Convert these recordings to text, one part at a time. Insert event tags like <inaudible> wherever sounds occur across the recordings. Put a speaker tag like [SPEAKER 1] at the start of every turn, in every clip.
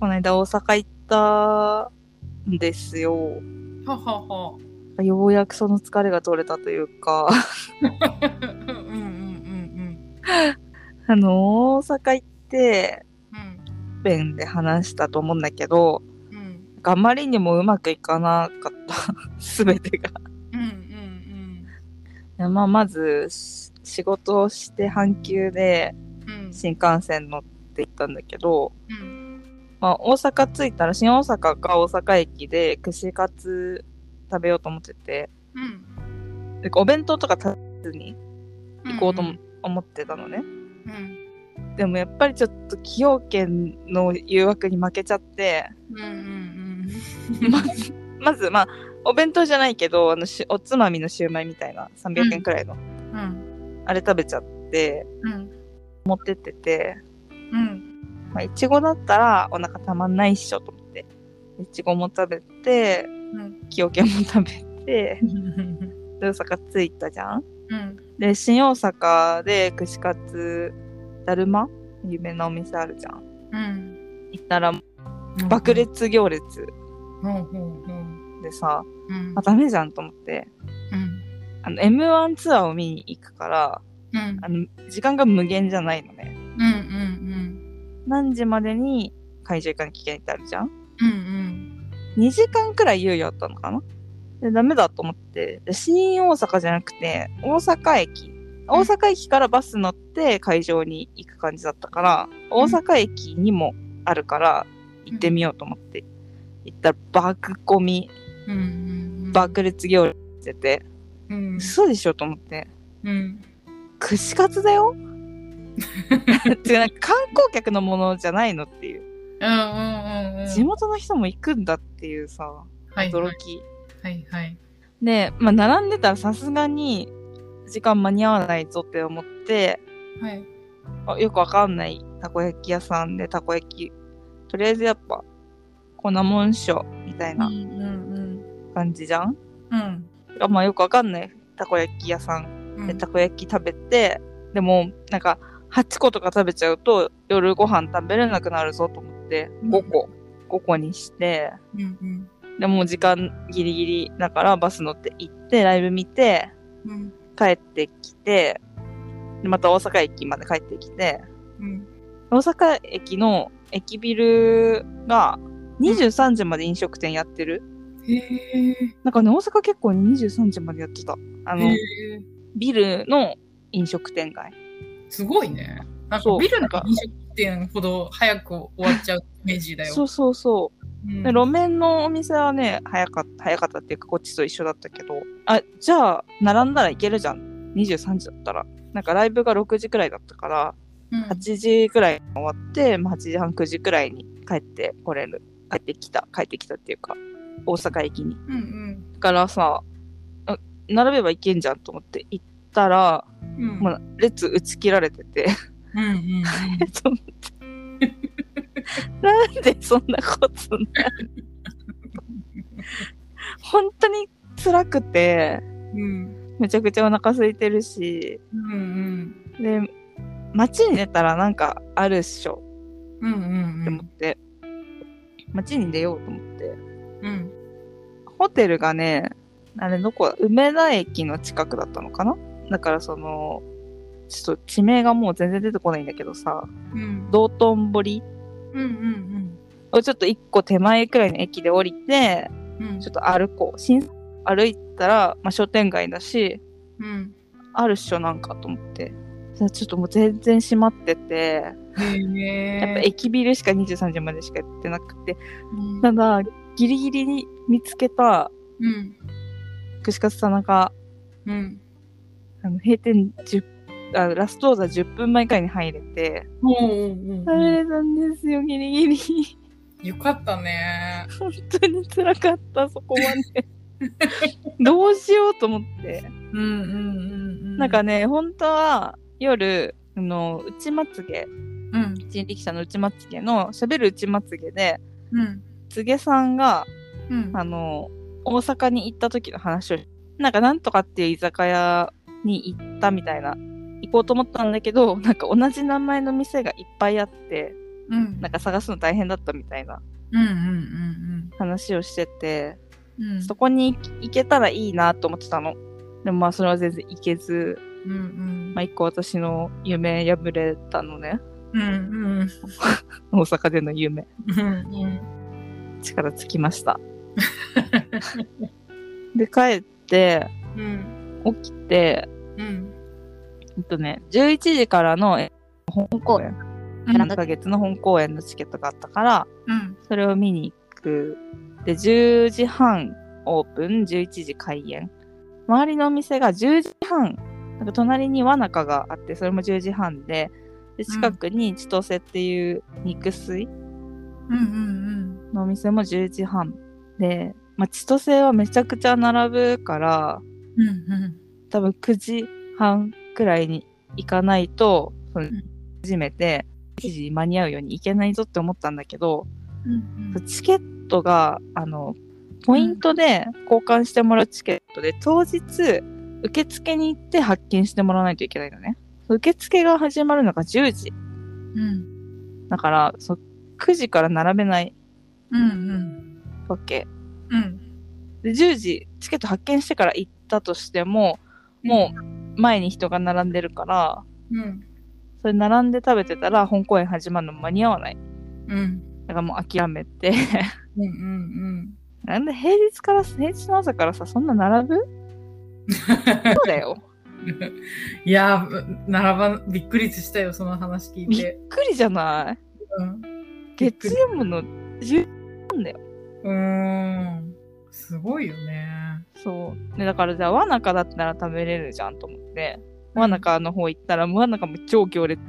[SPEAKER 1] この間大阪行ったんですよ。
[SPEAKER 2] ははは。
[SPEAKER 1] ようやくその疲れが取れたというか、 <laughs>
[SPEAKER 2] うんうんうん
[SPEAKER 1] あの、大阪行って、
[SPEAKER 2] うんうん
[SPEAKER 1] 弁で話したと思うんだけど、
[SPEAKER 2] うんうん
[SPEAKER 1] あまりにもうまくいかなかった。 <laughs> すべてが。
[SPEAKER 2] うんうん
[SPEAKER 1] いやまあ、まず、し仕事をして半休で
[SPEAKER 2] うんうん
[SPEAKER 1] 新幹線乗って行ったんだけど、
[SPEAKER 2] うん
[SPEAKER 1] まあ、大阪着いたら新大阪か大阪駅で串カツ食べようと思ってて、
[SPEAKER 2] うん
[SPEAKER 1] でお弁当とか食べずに行こうと
[SPEAKER 2] うん
[SPEAKER 1] も思ってたのね。
[SPEAKER 2] うん
[SPEAKER 1] でもやっぱりちょっと崎陽軒の誘惑に負けちゃって、
[SPEAKER 2] うんうん
[SPEAKER 1] まず、まずまあ、お弁当じゃないけど、あのしおつまみのシューマイみたいな300円くらいの、
[SPEAKER 2] うんうん
[SPEAKER 1] あれ食べちゃって、
[SPEAKER 2] うん
[SPEAKER 1] 持ってってて、
[SPEAKER 2] うん
[SPEAKER 1] まあ、いちごだったらお腹たまんないっしょと思って、いちごも食べて、
[SPEAKER 2] うん
[SPEAKER 1] 崎陽軒も食べて、
[SPEAKER 2] うん
[SPEAKER 1] で大阪着いたじゃん
[SPEAKER 2] うん
[SPEAKER 1] で、新大阪で串カツ、だるま有名なお店あるじゃん。
[SPEAKER 2] うん
[SPEAKER 1] 行ったら爆裂行列
[SPEAKER 2] ほうほうほう
[SPEAKER 1] でさ、
[SPEAKER 2] うん
[SPEAKER 1] あ、ダメじゃんと思って、
[SPEAKER 2] うん
[SPEAKER 1] あの、M1 ツアーを見に行くから、
[SPEAKER 2] うん
[SPEAKER 1] あの、時間が無限じゃないのね。
[SPEAKER 2] うんうん
[SPEAKER 1] 何時までに会場行かなきゃいけないってあるじゃん
[SPEAKER 2] うんうん
[SPEAKER 1] ?2 時間くらい猶予あったのかなで、ダメだと思って、で新大阪じゃなくて、大阪駅。大阪駅からバス乗って会場に行く感じだったから、大阪駅にもあるから、行ってみようと思って、行ったら爆込み、
[SPEAKER 2] うんうんうん
[SPEAKER 1] 爆裂行列してて、
[SPEAKER 2] うん
[SPEAKER 1] 嘘でしょと思って。
[SPEAKER 2] うん
[SPEAKER 1] 串カツだ
[SPEAKER 2] <laughs>
[SPEAKER 1] よってなんか観光客のものじゃないのっていう
[SPEAKER 2] うんうんうん
[SPEAKER 1] 地元の人も行くんだっていうさ
[SPEAKER 2] はいは
[SPEAKER 1] 驚
[SPEAKER 2] い
[SPEAKER 1] き、
[SPEAKER 2] はいはい
[SPEAKER 1] で、まあ、並んでたらさすがに時間間に合わないぞって思って
[SPEAKER 2] はい
[SPEAKER 1] あよくわかんないたこ焼き屋さんでたこ焼きとりあえずやっぱこんなもんっしょみたい
[SPEAKER 2] うん
[SPEAKER 1] な
[SPEAKER 2] うん
[SPEAKER 1] 感じじゃん、
[SPEAKER 2] うん
[SPEAKER 1] あまあよくわかんないたこ焼き屋さん
[SPEAKER 2] うん
[SPEAKER 1] でたこ焼き食べてでもなんか8個とか食べちゃうと夜ご飯食べれなくなるぞと思って
[SPEAKER 2] うん
[SPEAKER 1] 5個5個にして
[SPEAKER 2] うんうん
[SPEAKER 1] でもう時間ギリギリだからバス乗って行ってライブ見て
[SPEAKER 2] うん
[SPEAKER 1] 帰ってきてでまた大阪駅まで帰ってきて
[SPEAKER 2] うん
[SPEAKER 1] 大阪駅の駅ビルが23時まで飲食店やってる、
[SPEAKER 2] へえ
[SPEAKER 1] なんかね大阪結構23時までやってたあの
[SPEAKER 2] へえ
[SPEAKER 1] ビルの飲食店街
[SPEAKER 2] すごいね。なん
[SPEAKER 1] そ
[SPEAKER 2] か
[SPEAKER 1] う
[SPEAKER 2] ビル
[SPEAKER 1] な
[SPEAKER 2] なん
[SPEAKER 1] か
[SPEAKER 2] か飲食店ほど早く終わっちゃうイメージだよ。
[SPEAKER 1] そうそうそう
[SPEAKER 2] うん
[SPEAKER 1] で路面のお店はね早かった早かったっていうかこっちと一緒だったけどあじゃあ並んだらいけるじゃん23時だったらなんかライブが6時くらいだったから
[SPEAKER 2] うん
[SPEAKER 1] 8時くらいに終わって、まあ、8時半9時くらいに帰ってこれる帰ってきた帰ってきたっていうか大阪駅に
[SPEAKER 2] うん
[SPEAKER 1] だからさあ並べばいけんじゃんと思って行ったら、
[SPEAKER 2] うんうん。
[SPEAKER 1] もう列打ち切られてて
[SPEAKER 2] うんうんうん。
[SPEAKER 1] と思って <laughs> なんでそんなことになる本当に辛くて
[SPEAKER 2] うん
[SPEAKER 1] めちゃくちゃお腹空いてるし
[SPEAKER 2] うん
[SPEAKER 1] で街に出たらなんかあるっしょ
[SPEAKER 2] うんうんうん
[SPEAKER 1] って思って、街に出ようと思って
[SPEAKER 2] うん
[SPEAKER 1] ホテルがねあれどこだ梅田駅の近くだったのかなだからそのちょっと地名がもう全然出てこないんだけどさ
[SPEAKER 2] うん
[SPEAKER 1] 道頓堀
[SPEAKER 2] うんうん
[SPEAKER 1] をちょっと一個手前くらいの駅で降りて
[SPEAKER 2] うんうん
[SPEAKER 1] ちょっと歩こう。新歩いたら、まあ、商店街だし、
[SPEAKER 2] うん
[SPEAKER 1] あるっしょなんかと思って。じゃあちょっともう全然閉まってて、
[SPEAKER 2] へえ
[SPEAKER 1] やっぱ駅ビルしか23時までしかやってなくて、
[SPEAKER 2] うん
[SPEAKER 1] ただ、ギリギリに見つけた
[SPEAKER 2] うん
[SPEAKER 1] 串カツ田中、
[SPEAKER 2] うん
[SPEAKER 1] あの閉店10あラストオーダー10分前くらいに入れて、
[SPEAKER 2] おうおう
[SPEAKER 1] 食べ
[SPEAKER 2] おう
[SPEAKER 1] れたんですよ、ギリギリ。
[SPEAKER 2] よかったね。
[SPEAKER 1] 本当に辛かった、そこまで。どうしようと思って。
[SPEAKER 2] うんうんうん
[SPEAKER 1] なんかね、本当は夜、あの、内まつげ、
[SPEAKER 2] うん
[SPEAKER 1] 人力車の内まつげの、喋る内まつげで、
[SPEAKER 2] うん
[SPEAKER 1] つげさんが、
[SPEAKER 2] うん
[SPEAKER 1] あの、大阪に行った時の話を、なんかなんとかっていう居酒屋に行ったみたいな、行こうと思ったんだけど、なんか同じ名前の店がいっぱいあって、
[SPEAKER 2] うん
[SPEAKER 1] なんか探すの大変だったみたいな
[SPEAKER 2] うんうんうん
[SPEAKER 1] 話をしてて、
[SPEAKER 2] うんうん
[SPEAKER 1] そこに行けたらいいなと思ってたの。でもまあそれは全然行けず、
[SPEAKER 2] うんうん
[SPEAKER 1] まあ一個私の夢破れたのね。
[SPEAKER 2] うんうん
[SPEAKER 1] 大阪での夢。
[SPEAKER 2] うんうん
[SPEAKER 1] 力尽きました。で、帰って、
[SPEAKER 2] うん
[SPEAKER 1] 起きて、
[SPEAKER 2] うん
[SPEAKER 1] えっとね、11時からのえ本公演、7ヶ月の本公演のチケットがあったから、
[SPEAKER 2] うん
[SPEAKER 1] それを見に行く。で、10時半オープン、11時開演。周りのお店が10時半、なんか隣にわなかがあって、それも10時半で、で近くに千歳っていう肉水
[SPEAKER 2] うんうん
[SPEAKER 1] のお店も10時半で、まあ、千歳はめちゃくちゃ並ぶから、
[SPEAKER 2] うんうん
[SPEAKER 1] 多分9時半くらいに行かないと、その
[SPEAKER 2] ん
[SPEAKER 1] 初めて1時に間に合うように行けないぞって思ったんだけど、
[SPEAKER 2] うん
[SPEAKER 1] チケットが、あの、ポイントで交換してもらうチケットで、当日、受付に行って発券してもらわないといけないのね。受付が始まるのが10時。
[SPEAKER 2] うん
[SPEAKER 1] だから、そ9時から並べない
[SPEAKER 2] うん
[SPEAKER 1] わけ。
[SPEAKER 2] うん
[SPEAKER 1] で、10時、チケット発券してから行ったとしても、もう前に人が並んでるから、
[SPEAKER 2] うん
[SPEAKER 1] それ並んで食べてたら本公演始まるの間に合わない。
[SPEAKER 2] うん
[SPEAKER 1] だからもう諦めて。 <laughs>
[SPEAKER 2] うんうん
[SPEAKER 1] なんで平日から、平日の朝からさ、そんな並ぶそうだよ。
[SPEAKER 2] いやー、並ばんびっくりしたよ、その話聞い
[SPEAKER 1] び
[SPEAKER 2] て。
[SPEAKER 1] っくりじゃない
[SPEAKER 2] うんびっ
[SPEAKER 1] 月
[SPEAKER 2] くり
[SPEAKER 1] 曜の10
[SPEAKER 2] うーん。すごいよね。
[SPEAKER 1] そうでだからじゃあわなかだったら食べれるじゃんと思ってわなかの方行ったらわなかも超行列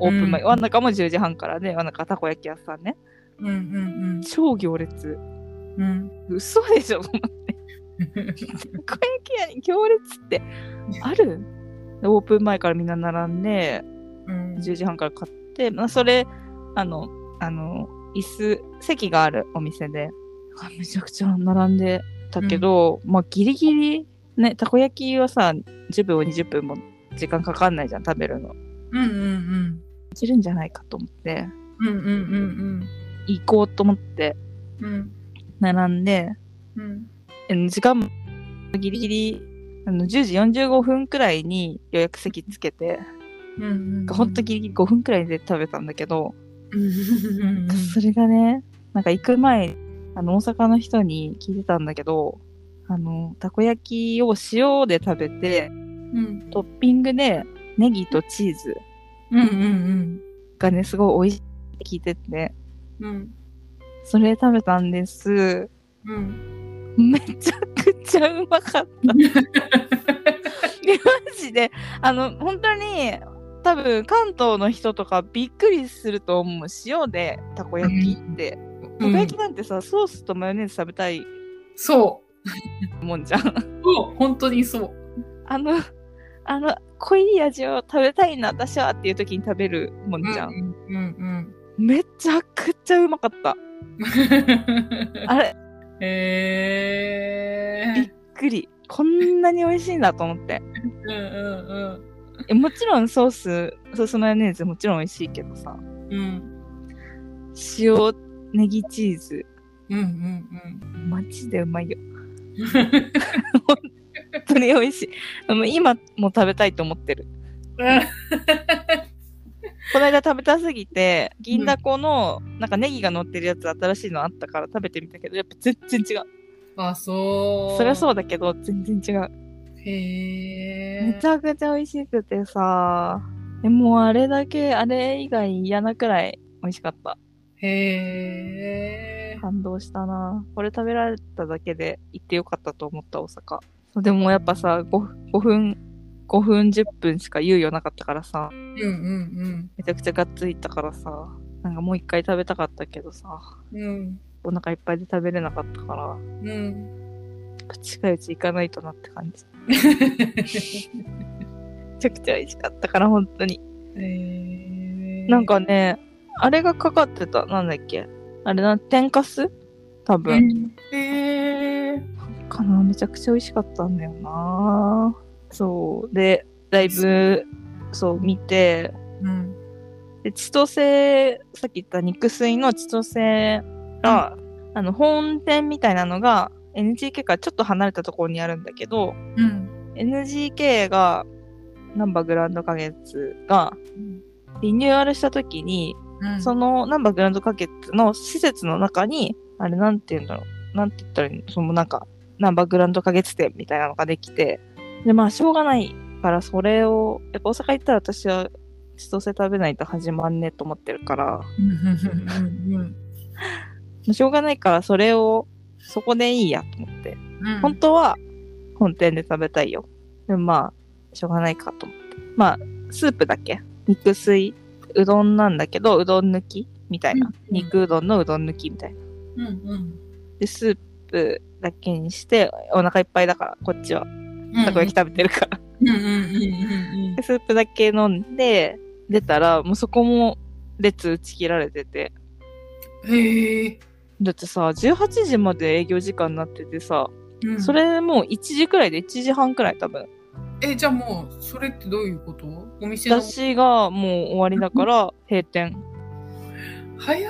[SPEAKER 1] オープン前、
[SPEAKER 2] うん
[SPEAKER 1] わなかも10時半からでわなかたこ焼き屋さんね
[SPEAKER 2] うんうん
[SPEAKER 1] 超行列
[SPEAKER 2] うん。うん。
[SPEAKER 1] 嘘でしょ <laughs> たこ焼き屋に行列ってあるでオープン前からみんな並んで
[SPEAKER 2] うん
[SPEAKER 1] 10時半から買って、まあ、それあのあの椅子席があるお店で <laughs> あめちゃくちゃ並んでたけど、まあギリギリねたこ焼きはさ10分を20分も時間かかんないじゃん食べるのい
[SPEAKER 2] うんうん
[SPEAKER 1] けるんじゃないかと思って
[SPEAKER 2] うん。うんうんうん
[SPEAKER 1] 行こうと思って
[SPEAKER 2] うん。うん
[SPEAKER 1] 並んで
[SPEAKER 2] うん
[SPEAKER 1] え時間もギリギリあの10時45分くらいに予約席つけて、
[SPEAKER 2] うんうん。
[SPEAKER 1] ほんとギリギリ5分くらいで食べたんだけど、
[SPEAKER 2] うんうん
[SPEAKER 1] それがね、なんか行く前、あの、大阪の人に聞いてたんだけど、あの、たこ焼きを塩で食べて、
[SPEAKER 2] うん
[SPEAKER 1] トッピングでネギとチーズ
[SPEAKER 2] うんうん
[SPEAKER 1] がね、すごい美味しいって聞いてて、
[SPEAKER 2] うん。うん
[SPEAKER 1] それ食べたんです。
[SPEAKER 2] うん。
[SPEAKER 1] めちゃくちゃうまかった。 <laughs> マジで、あの、本当に、多分関東の人とかびっくりすると思う。塩でたこ焼きって。たこ焼きなんてさ、ソースとマヨネーズ食べたい
[SPEAKER 2] そ
[SPEAKER 1] もんじゃん。
[SPEAKER 2] う。そう。本当にそう。
[SPEAKER 1] あの、あの、濃い味を食べたいな、私はっていう時に食べるもんじゃん。
[SPEAKER 2] うんうん
[SPEAKER 1] めちゃくちゃうまかった。
[SPEAKER 2] うん。
[SPEAKER 1] あれ、
[SPEAKER 2] へ
[SPEAKER 1] びっ
[SPEAKER 2] え。
[SPEAKER 1] くり。こんなに美味しいんだと思って。
[SPEAKER 2] うんうん
[SPEAKER 1] えもちろんソース、ソースマヨネーズもちろん美味しいけどさ、
[SPEAKER 2] うん。うん
[SPEAKER 1] 塩、ネギチーズ、
[SPEAKER 2] うんうん
[SPEAKER 1] マジでうまいよ。
[SPEAKER 2] うん。
[SPEAKER 1] 本当に美味しい。あの今も食べたいと思ってる。この間食べたすぎて、銀だこの、なんかネギが乗ってるやつ新しいのあったから食べてみたけど、やっぱ全然違う。
[SPEAKER 2] あ、 <laughs> そう。。
[SPEAKER 1] そりゃそううだけど、全然違う。
[SPEAKER 2] へえ。
[SPEAKER 1] めちゃくちゃ美味しくてさ、えもうあれだけ、あれ以外嫌なくらい美味しかった。
[SPEAKER 2] へえ。
[SPEAKER 1] 感動したな。これ食べられただけで行ってよかったと思った大阪。そうでもやっぱさ5、5分、5分10分しか猶予なかったからさ、
[SPEAKER 2] うんうん
[SPEAKER 1] めちゃくちゃがっついたからさ、なんかもう一回食べたかったけどさ、
[SPEAKER 2] うん。うん。
[SPEAKER 1] お腹いっぱいで食べれなかったから、や
[SPEAKER 2] うん。
[SPEAKER 1] っぱ近いうち行かないとなって感じ。めちゃくちゃ美味しかったから、本当に。
[SPEAKER 2] へえ。
[SPEAKER 1] なん、かね、あれがかかってた、なんだっけあれな、天かす多
[SPEAKER 2] う
[SPEAKER 1] 分。
[SPEAKER 2] ん。へえ。
[SPEAKER 1] かなめちゃくちゃ美味しかったんだよなそう。で、ライブ、そう、見て、
[SPEAKER 2] うん。
[SPEAKER 1] で千歳さっき言った肉水の千歳が、あの本店みたいなのが NGK からちょっと離れたところにあるんだけど
[SPEAKER 2] うん。
[SPEAKER 1] NGK が難波グランド花月がリニューアルした時に、
[SPEAKER 2] うん。
[SPEAKER 1] その難波グランド花月の施設の中にあれなんて言うんだろうなんて言ったらいいのそのなんか難波グランド花月店みたいなのができてでまあしょうがないからそれをやっぱ大阪行ったら私は千歳食べないと始まんねえと思ってるから
[SPEAKER 2] うんうんうん
[SPEAKER 1] しょうがないからそれをそこでいいやと思って。
[SPEAKER 2] うん。
[SPEAKER 1] 本当は本店で食べたいよ。でもまあ、しょうがないかと思って。まあ、スープだけ。肉水、うどんなんだけど、うどん抜きみたいな。
[SPEAKER 2] うんうん
[SPEAKER 1] 肉うどんのうどん抜きみたいな。
[SPEAKER 2] うんうん。
[SPEAKER 1] で、スープだけにして、お腹いっぱいだから、こっちは。たこ焼き食べてるから。
[SPEAKER 2] うんうんうん
[SPEAKER 1] でスープだけ飲んで、出たら、もうそこも列打ち切られてて。
[SPEAKER 2] うん。へえ。
[SPEAKER 1] だってさ、18時まで営業時間になっててさ、
[SPEAKER 2] うん
[SPEAKER 1] それもう1時くらいで1時半くらい多分。
[SPEAKER 2] え、じゃあもう、それってどういうことお店の
[SPEAKER 1] 出。しがもう終わりだから閉店。
[SPEAKER 2] 早い。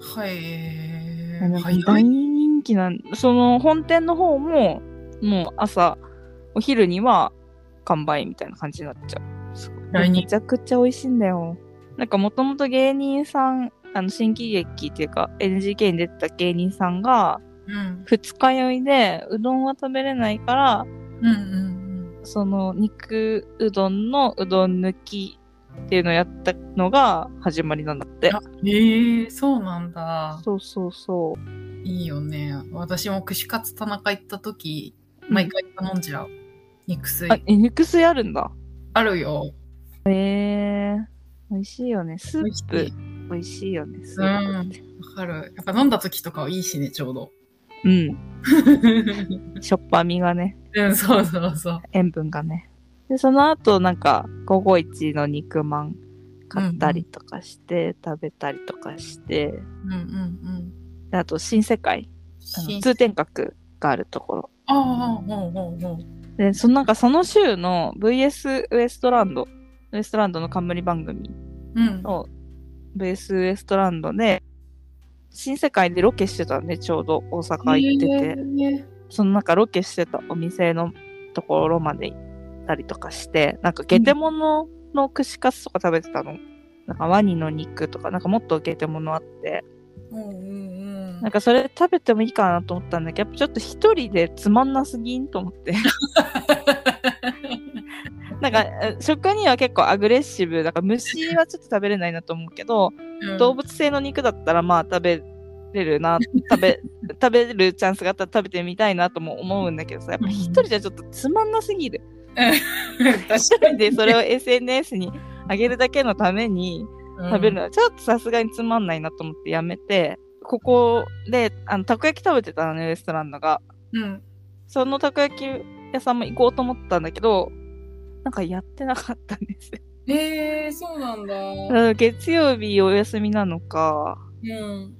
[SPEAKER 2] はい。早
[SPEAKER 1] 大
[SPEAKER 2] い。
[SPEAKER 1] 人気なんその本店の方ももう朝お昼には完売みたいな感じになっちゃうすごい
[SPEAKER 2] 大人気
[SPEAKER 1] めちゃくちゃ美味しいんだよなんかもともと芸人さんあの新喜劇っていうか NGK に出てた芸人さんが
[SPEAKER 2] うん。
[SPEAKER 1] 二日酔いでうどんは食べれないから
[SPEAKER 2] うんうん
[SPEAKER 1] その肉うどんのうどん抜きっていうのをやったのが始まりなんだって
[SPEAKER 2] あうん。へえ、そうなんだ。
[SPEAKER 1] そうそうそ
[SPEAKER 2] いいよね。私も串カツ田中行った時、毎回頼んじゃう。肉
[SPEAKER 1] う
[SPEAKER 2] 水。
[SPEAKER 1] あえ肉水あるんだ
[SPEAKER 2] あるよ。
[SPEAKER 1] へえ美味しいよねス
[SPEAKER 2] 美味
[SPEAKER 1] ー
[SPEAKER 2] し
[SPEAKER 1] プ
[SPEAKER 2] い
[SPEAKER 1] 美味しいよねス
[SPEAKER 2] う
[SPEAKER 1] ー
[SPEAKER 2] ん。わかる。やっぱ飲んだ時とかはいいしね、ちょうど。
[SPEAKER 1] プうん、しょっぱみがね
[SPEAKER 2] うん、そうそうそう。
[SPEAKER 1] 塩分がねでその後なんか午後一の肉まん買ったりとかして、食べたりとかして
[SPEAKER 2] うんうんうん。
[SPEAKER 1] であと新世界あの
[SPEAKER 2] し
[SPEAKER 1] 通天閣があるところ
[SPEAKER 2] ああ、ほうほうほう。
[SPEAKER 1] でそのなんかその週の VS ウエストランドウエストランドの冠番組
[SPEAKER 2] うん。
[SPEAKER 1] の VS ウエストランドで新世界でロケしてたんでちょうど大阪行ってて、
[SPEAKER 2] て。
[SPEAKER 1] そのなんかロケしてたお店のところまで行ったりとかして、なんかゲテモノの串カツとか食べてたの。なんかワニの肉とか、なんかもっとゲテモノあって、
[SPEAKER 2] うんうんう
[SPEAKER 1] なん
[SPEAKER 2] ん。
[SPEAKER 1] かそれ食べてもいいかなと思ったんだけど、やっぱちょっと一人でつまんなすぎんと思って。 <laughs> なんかえ食には結構アグレッシブ、だから虫はちょっと食べれないなと思うけど、動物性の肉だったらまあ食べれるな食べ食べるチャンスがあったら食べてみたいなとも思うんだけどさやっぱ一人じゃちょっとつまんなすぎる一
[SPEAKER 2] 確か
[SPEAKER 1] 人
[SPEAKER 2] に。
[SPEAKER 1] でそれを SNS に上げるだけのために食べるのはちょっとさすがにつまんないなと思ってやめてここであのたこ焼き食べてたのねウエストランドが
[SPEAKER 2] うん。
[SPEAKER 1] そのたこ焼き屋さんも行こうと思ったんだけどなんかやってなかったんです <laughs> よ
[SPEAKER 2] ええ、そうなんだ。
[SPEAKER 1] だから月曜日お休みなのか
[SPEAKER 2] うん。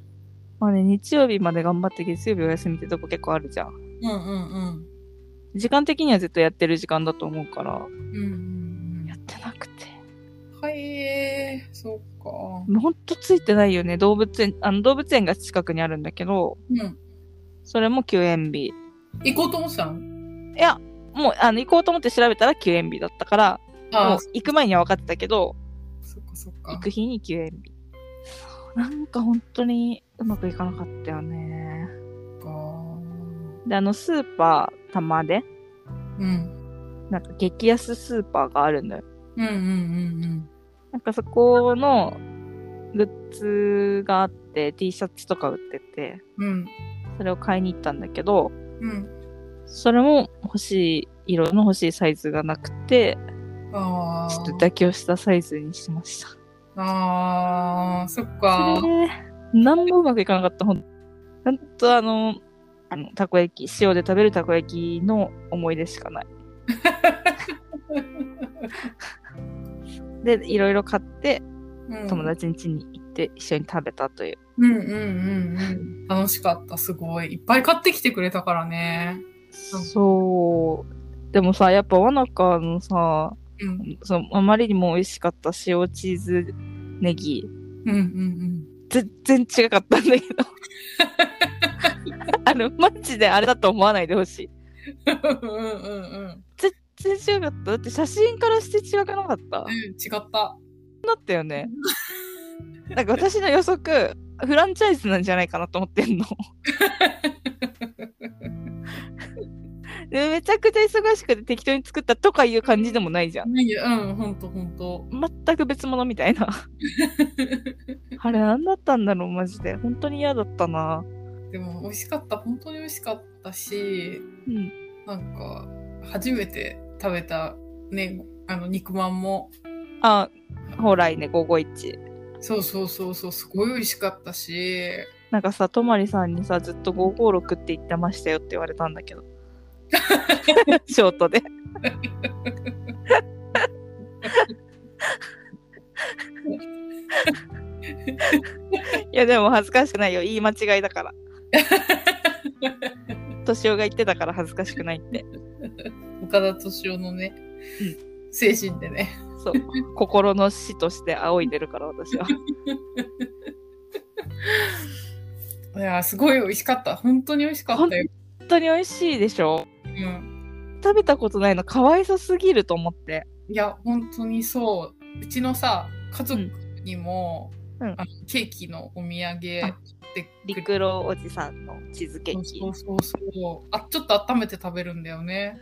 [SPEAKER 1] まあね、日曜日まで頑張って月曜日お休みってとこ結構あるじゃん。
[SPEAKER 2] うんうんうん。
[SPEAKER 1] 時間的にはずっとやってる時間だと思うから、
[SPEAKER 2] うんうん
[SPEAKER 1] やってなくて。
[SPEAKER 2] うん。はい、そうか。
[SPEAKER 1] もうほんとついてないよね。動物園、あの動物園が近くにあるんだけど、
[SPEAKER 2] うん。
[SPEAKER 1] それも休園日。い
[SPEAKER 2] 行こうと思ってたの
[SPEAKER 1] や、もうあの行こうと思って調べたら休園日だったから、も
[SPEAKER 2] あ
[SPEAKER 1] う
[SPEAKER 2] あ、
[SPEAKER 1] 行く前には分かってたけど、
[SPEAKER 2] そっかそっ
[SPEAKER 1] 行
[SPEAKER 2] か。
[SPEAKER 1] く日に休園日。そうなんか本当にうまくいかなかったよね。
[SPEAKER 2] そっか
[SPEAKER 1] で、あのスーパー玉で、
[SPEAKER 2] うん。
[SPEAKER 1] なんか激安スーパーがあるんだよ
[SPEAKER 2] うんうんうん
[SPEAKER 1] なんかそこのグッズがあって T シャツとか売ってて
[SPEAKER 2] うん。うん。
[SPEAKER 1] それを買いに行ったんだけど
[SPEAKER 2] うん。
[SPEAKER 1] それも欲しい色の欲しいサイズがなくて
[SPEAKER 2] ああ。
[SPEAKER 1] ちょっと妥協したサイズにしました。
[SPEAKER 2] ああ、そっか
[SPEAKER 1] そ。れで何もうまくいかなかったほんほんとあのあのたこ焼き塩で食べるたこ焼きの思い出しかない。でいろいろ買って
[SPEAKER 2] うん
[SPEAKER 1] 友達ん家に行って一緒に食べたという。
[SPEAKER 2] うんうんうんうん。楽しかった、すごい。いっぱい買ってきてくれたからね。
[SPEAKER 1] そうでもさやっぱわなかのさ
[SPEAKER 2] うん。
[SPEAKER 1] そのあまりにも美味しかった塩チーズネギ、
[SPEAKER 2] うんうん
[SPEAKER 1] 全然違かったん
[SPEAKER 2] <laughs>
[SPEAKER 1] だけど。あの、マジであれだと思わないでほしい。
[SPEAKER 2] うん。うんうんうん。
[SPEAKER 1] 全然違かった。だって写真からして違くなかった。
[SPEAKER 2] うん、違った。
[SPEAKER 1] だったよね。なんか私の予測、フランチャイズなんじゃないかなと思ってんの。でめちゃくちゃ忙しくて適当に作ったとかいう感じでもないじゃん。
[SPEAKER 2] いやうん、ほんとほんと。 <laughs>
[SPEAKER 1] 全く別物みたいな。あれ何だったんだろう、マジで。本当に嫌だったな。
[SPEAKER 2] でも、美味しかった。本当に美味しかったし、
[SPEAKER 1] うん。
[SPEAKER 2] なんか、初めて食べた、ね、あの、肉まんも、
[SPEAKER 1] あ、ほらいね、551。
[SPEAKER 2] そうそうそうそう、すごい美味しかったし、
[SPEAKER 1] なんかさ、とまりさんにさ、ずっと556って言ってましたよって言われたんだけど。ショートで。いや、でも恥ずかしくないよ。言い間違いだから。敏夫が言ってたから恥ずかしくないって。
[SPEAKER 2] 岡田敏夫のね、精神でね。
[SPEAKER 1] そう。心の師として仰いでるから、私は。
[SPEAKER 2] いやー、すごい美味しかった。本当に美味しかったよ。
[SPEAKER 1] 本当に美味しいでしょ
[SPEAKER 2] うん。
[SPEAKER 1] 食べたことないのかわいそすぎると思って。
[SPEAKER 2] いや、本当にそう。うちのさ、家族にも、
[SPEAKER 1] うんうん
[SPEAKER 2] あのケーキのお土産買って
[SPEAKER 1] リ
[SPEAKER 2] く
[SPEAKER 1] クロおじさんのチーズケーキ
[SPEAKER 2] そ。うそうそう。あ、ちょっと温めて食べるんだよね。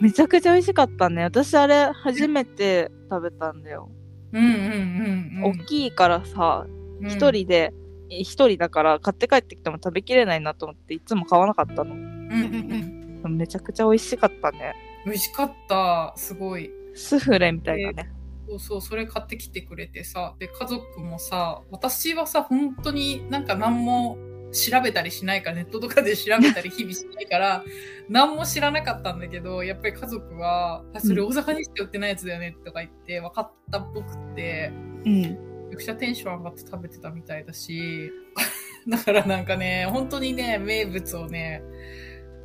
[SPEAKER 1] めちゃくちゃ美味しかったね。私あれ初めて食べたんだよ。
[SPEAKER 2] うんうんうん、う
[SPEAKER 1] 大
[SPEAKER 2] ん。
[SPEAKER 1] きいからさ、一、人で、え一人だから買って帰ってきても食べきれないなと思っていつも買わなかったの。
[SPEAKER 2] うんうんうん。
[SPEAKER 1] めちゃくちゃ美味しかったね。
[SPEAKER 2] 美味しかった。すごい。
[SPEAKER 1] スフレみたいなね。
[SPEAKER 2] そうそう、それ買ってきてくれてさ、で、家族もさ、私はさ、本当になんか何も調べたりしないから、ネットとかで調べたり日々しな
[SPEAKER 1] <laughs>
[SPEAKER 2] いから、何も知らなかったんだけど、やっぱり家族は、あそれ大阪にしか売ってないやつだよねとか言って、分かったっぽくって、
[SPEAKER 1] うん。
[SPEAKER 2] めちゃくちゃテンション上がって食べてたみたいだし、 <laughs> だからなんかね、本当にね、名物をね、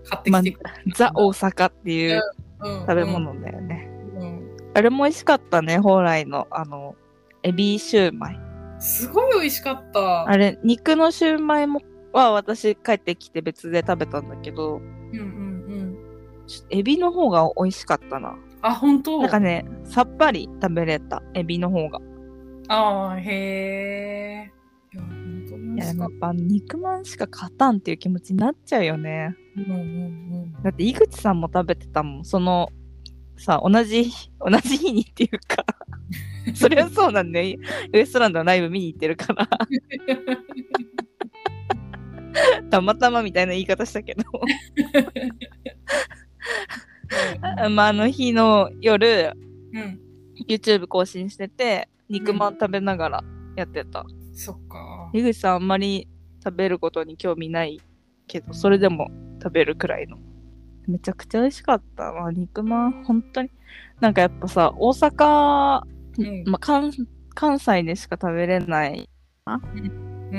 [SPEAKER 2] 買ってきてくれ
[SPEAKER 1] ザ大阪っていう
[SPEAKER 2] うん
[SPEAKER 1] 食べ。物だよね。
[SPEAKER 2] うん
[SPEAKER 1] あれも美味しかったね。蓬莱のあの、エビシューマイ。
[SPEAKER 2] すごい美味しかった。
[SPEAKER 1] あれ、肉のシューマイもは私帰ってきて別で食べたんだけど、
[SPEAKER 2] うんうんうん。
[SPEAKER 1] ちょっとエビの方が美味しかったな。
[SPEAKER 2] あ、本当
[SPEAKER 1] なんかね、さっぱり食べれた、エビの方が。
[SPEAKER 2] ああ、へえ。いや、本当に
[SPEAKER 1] い
[SPEAKER 2] 美味
[SPEAKER 1] や、
[SPEAKER 2] しか
[SPEAKER 1] や
[SPEAKER 2] っ
[SPEAKER 1] っぱ肉まんしか勝たんっていう気持ちになっちゃうよね。
[SPEAKER 2] た。うんうん
[SPEAKER 1] だって井口さんも食べてたもん。その、さ、同じ日、同じ日にっていうか、 <laughs> そりゃそうなんだよ。ウエストランドのライブ見に行ってるから、 <laughs> たまたまみたいな言い方したけど。 <laughs> まあ、あの日の夜、
[SPEAKER 2] うん。うん。
[SPEAKER 1] YouTube 更新してて、肉まん食べながらやってた。
[SPEAKER 2] そっか。
[SPEAKER 1] 井口さんあんまり食べることに興味ないけどそれでも食べるくらいのめちゃくちゃ美味しかったわ肉まん本当になんかやっぱさ大阪、
[SPEAKER 2] うん
[SPEAKER 1] まあ、関関西でしか食べれない
[SPEAKER 2] うんう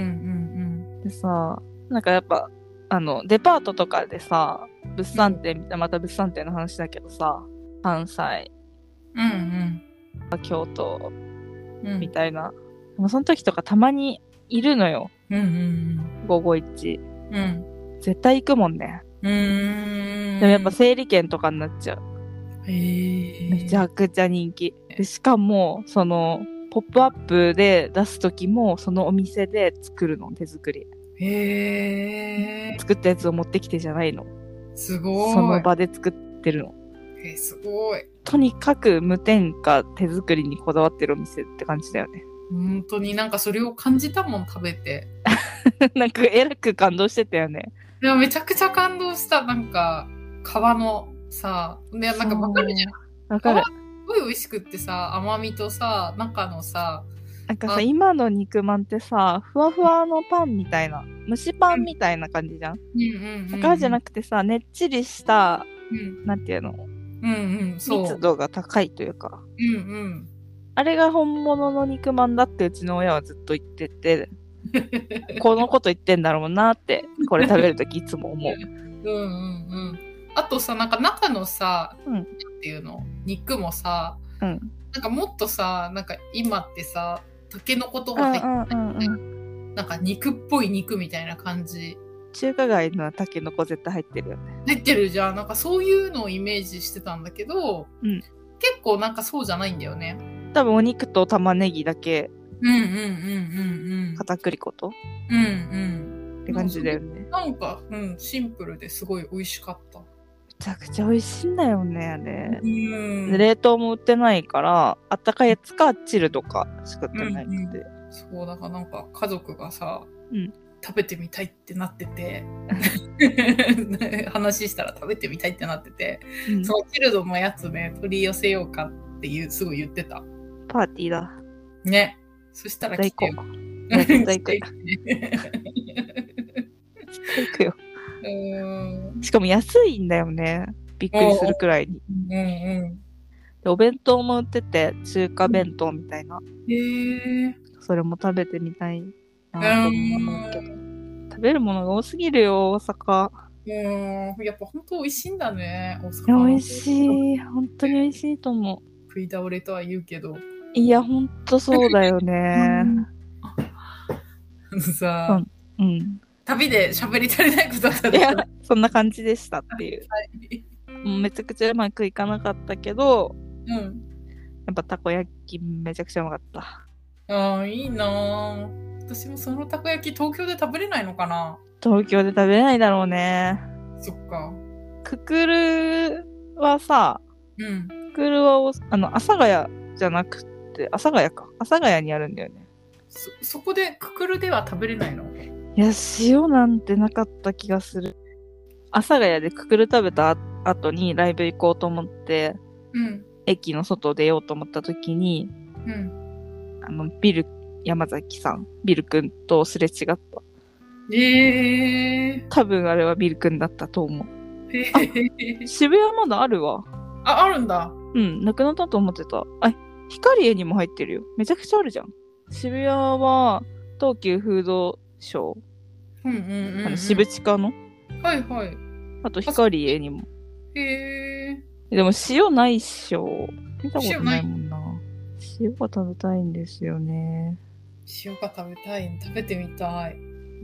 [SPEAKER 2] ん
[SPEAKER 1] でさなんかやっぱあのデパートとかでさ物産展、また物産展の話だけどさ関西
[SPEAKER 2] うん。うん
[SPEAKER 1] 京都
[SPEAKER 2] うん。うん
[SPEAKER 1] みたいな、でもその時とかたまにいるのよ
[SPEAKER 2] うんうん
[SPEAKER 1] 551
[SPEAKER 2] うん。うん。
[SPEAKER 1] 絶対行くもんね、
[SPEAKER 2] うーん。
[SPEAKER 1] でもやっぱ整理券とかになっちゃう。
[SPEAKER 2] へえ。
[SPEAKER 1] めちゃくちゃ人気。でしかも、その、ポップアップで出すときも、そのお店で作るの、手作り。
[SPEAKER 2] へえ。
[SPEAKER 1] 作ったやつを持ってきてじゃないの。
[SPEAKER 2] すごい。
[SPEAKER 1] その場で作ってるの。
[SPEAKER 2] え、すごい。
[SPEAKER 1] とにかく無添加手作りにこだわってるお店って感じだよね。 <laughs>
[SPEAKER 2] 本当になんかそれを感じたもん、食べて。
[SPEAKER 1] なんか、えらく感動してたよね。
[SPEAKER 2] いや、めちゃくちゃ感動した。なんか、皮のさ、で、なんかわかるじゃん。
[SPEAKER 1] ん。わかる。
[SPEAKER 2] すごい美味しくってさ、甘みとさ、中のさ、
[SPEAKER 1] なんか
[SPEAKER 2] あ
[SPEAKER 1] さ、今の肉まんってさ、ふわふわのパンみたいな、蒸しパンみたいな感じじゃん。
[SPEAKER 2] うんうん
[SPEAKER 1] だからじゃな
[SPEAKER 2] く
[SPEAKER 1] くてさ、ねっちりした、
[SPEAKER 2] うん
[SPEAKER 1] なんていうの、
[SPEAKER 2] うんうん、そう。
[SPEAKER 1] 密度が高いというか
[SPEAKER 2] うんうん。 <laughs>
[SPEAKER 1] あれが本物の肉まんだってうちの親はずっと言っててこのこと言ってんだろうなってこれ食べるときいつも
[SPEAKER 2] <laughs>
[SPEAKER 1] 思う
[SPEAKER 2] うんうんうん。あとさ、なんか中のさ、
[SPEAKER 1] うん
[SPEAKER 2] なんていうの、肉もさ、
[SPEAKER 1] うん
[SPEAKER 2] なんかもっとさ、なんか今ってさ、タケノコと
[SPEAKER 1] う
[SPEAKER 2] か
[SPEAKER 1] ん
[SPEAKER 2] 入っ
[SPEAKER 1] うんうんうん。
[SPEAKER 2] なんか肉っぽい肉みたいな感じ
[SPEAKER 1] 中華街のタケノコ絶対入ってるよね。
[SPEAKER 2] 出てるじゃんなんかそういうのをイメージしてたんだけど、
[SPEAKER 1] うん
[SPEAKER 2] 結構なんかそうじゃないんだよね
[SPEAKER 1] 多分お肉と玉ねぎだけ
[SPEAKER 2] うんうんうん
[SPEAKER 1] 片栗粉と
[SPEAKER 2] うんうんうん
[SPEAKER 1] って感じだよね
[SPEAKER 2] うん。なんか、うん、シンプルですごい美味しかった
[SPEAKER 1] めちゃくちゃ美味しいんだよね、あれ
[SPEAKER 2] う。ん
[SPEAKER 1] で冷凍も売ってないから、あったかいやつかチルとかしか売ってないので。
[SPEAKER 2] そうだからなんか家族がさ、
[SPEAKER 1] うん
[SPEAKER 2] 食べてみたいってなっ
[SPEAKER 1] <laughs>
[SPEAKER 2] てて話したら食べてみたいってなってて、
[SPEAKER 1] うん
[SPEAKER 2] そのチルドのやつね取り寄せようかっていうすごい言ってた
[SPEAKER 1] パーティーだ。
[SPEAKER 2] ねそしたら
[SPEAKER 1] 大
[SPEAKER 2] 来て
[SPEAKER 1] 根
[SPEAKER 2] よ。
[SPEAKER 1] 絶対行く。行くよ。
[SPEAKER 2] <laughs> うーん
[SPEAKER 1] しかも安いんだよね。びっくりするくらいに。
[SPEAKER 2] うんう
[SPEAKER 1] でお弁当も売ってて、中華弁当みたいな。
[SPEAKER 2] ん。へえ。
[SPEAKER 1] それも食べてみたいなと
[SPEAKER 2] う
[SPEAKER 1] 思うけど。
[SPEAKER 2] ん。
[SPEAKER 1] 食べるものが多すぎるよ、大阪。
[SPEAKER 2] うん。やっぱ本当美味しいんだね。大
[SPEAKER 1] いや
[SPEAKER 2] 阪
[SPEAKER 1] 美味しい。本当に美味しいと思う。
[SPEAKER 2] 食い倒れとは言うけど。
[SPEAKER 1] いや、本当そうだよね。
[SPEAKER 2] あのさ、
[SPEAKER 1] <laughs> うんうん。
[SPEAKER 2] 旅で喋り足りないことだった
[SPEAKER 1] いや
[SPEAKER 2] ね。、
[SPEAKER 1] そんな感じでしたっていう。もうめちゃくちゃうまくいかなかったけど、
[SPEAKER 2] うん。
[SPEAKER 1] やっぱたこ焼きめちゃくちゃうまかった。
[SPEAKER 2] ああ、いいなぁ私もそのたこ焼き東京で食べれないのかな
[SPEAKER 1] 東京で食べれないだろうね。
[SPEAKER 2] そっか。
[SPEAKER 1] ククルはさ、
[SPEAKER 2] うん。
[SPEAKER 1] ククルはおあの、阿佐ヶ谷じゃなくて、阿佐ヶ谷か。阿佐ヶ谷にあるんだよね。
[SPEAKER 2] そ、そこでくくるでは食べれないの
[SPEAKER 1] いや、塩なんてなかった気がする。阿佐ヶ谷でククル食べた後にライブ行こうと思って、
[SPEAKER 2] うん。
[SPEAKER 1] 駅の外出ようと思った時に、
[SPEAKER 2] うん。
[SPEAKER 1] あの、ビル、山崎さん、ビル君とすれ違った。
[SPEAKER 2] ええ
[SPEAKER 1] 多分あれはビル君だったと思う。
[SPEAKER 2] ー。へー
[SPEAKER 1] 渋谷まだあるわ。
[SPEAKER 2] あ、あるんだ。
[SPEAKER 1] うん、なくなったと思ってた。あ、光栄にも入ってるよ。めちゃくちゃあるじゃん。渋谷は、東急フードショー、
[SPEAKER 2] うんうんうん、
[SPEAKER 1] あ
[SPEAKER 2] う
[SPEAKER 1] の、
[SPEAKER 2] ん。
[SPEAKER 1] 渋地下の、
[SPEAKER 2] はいはい。
[SPEAKER 1] あと光栄にも。
[SPEAKER 2] へえ。
[SPEAKER 1] でも塩ないっしょ。見たことないもんな。塩が食べたいんですよね。
[SPEAKER 2] 塩が食べたい。食べてみた
[SPEAKER 1] い
[SPEAKER 2] い。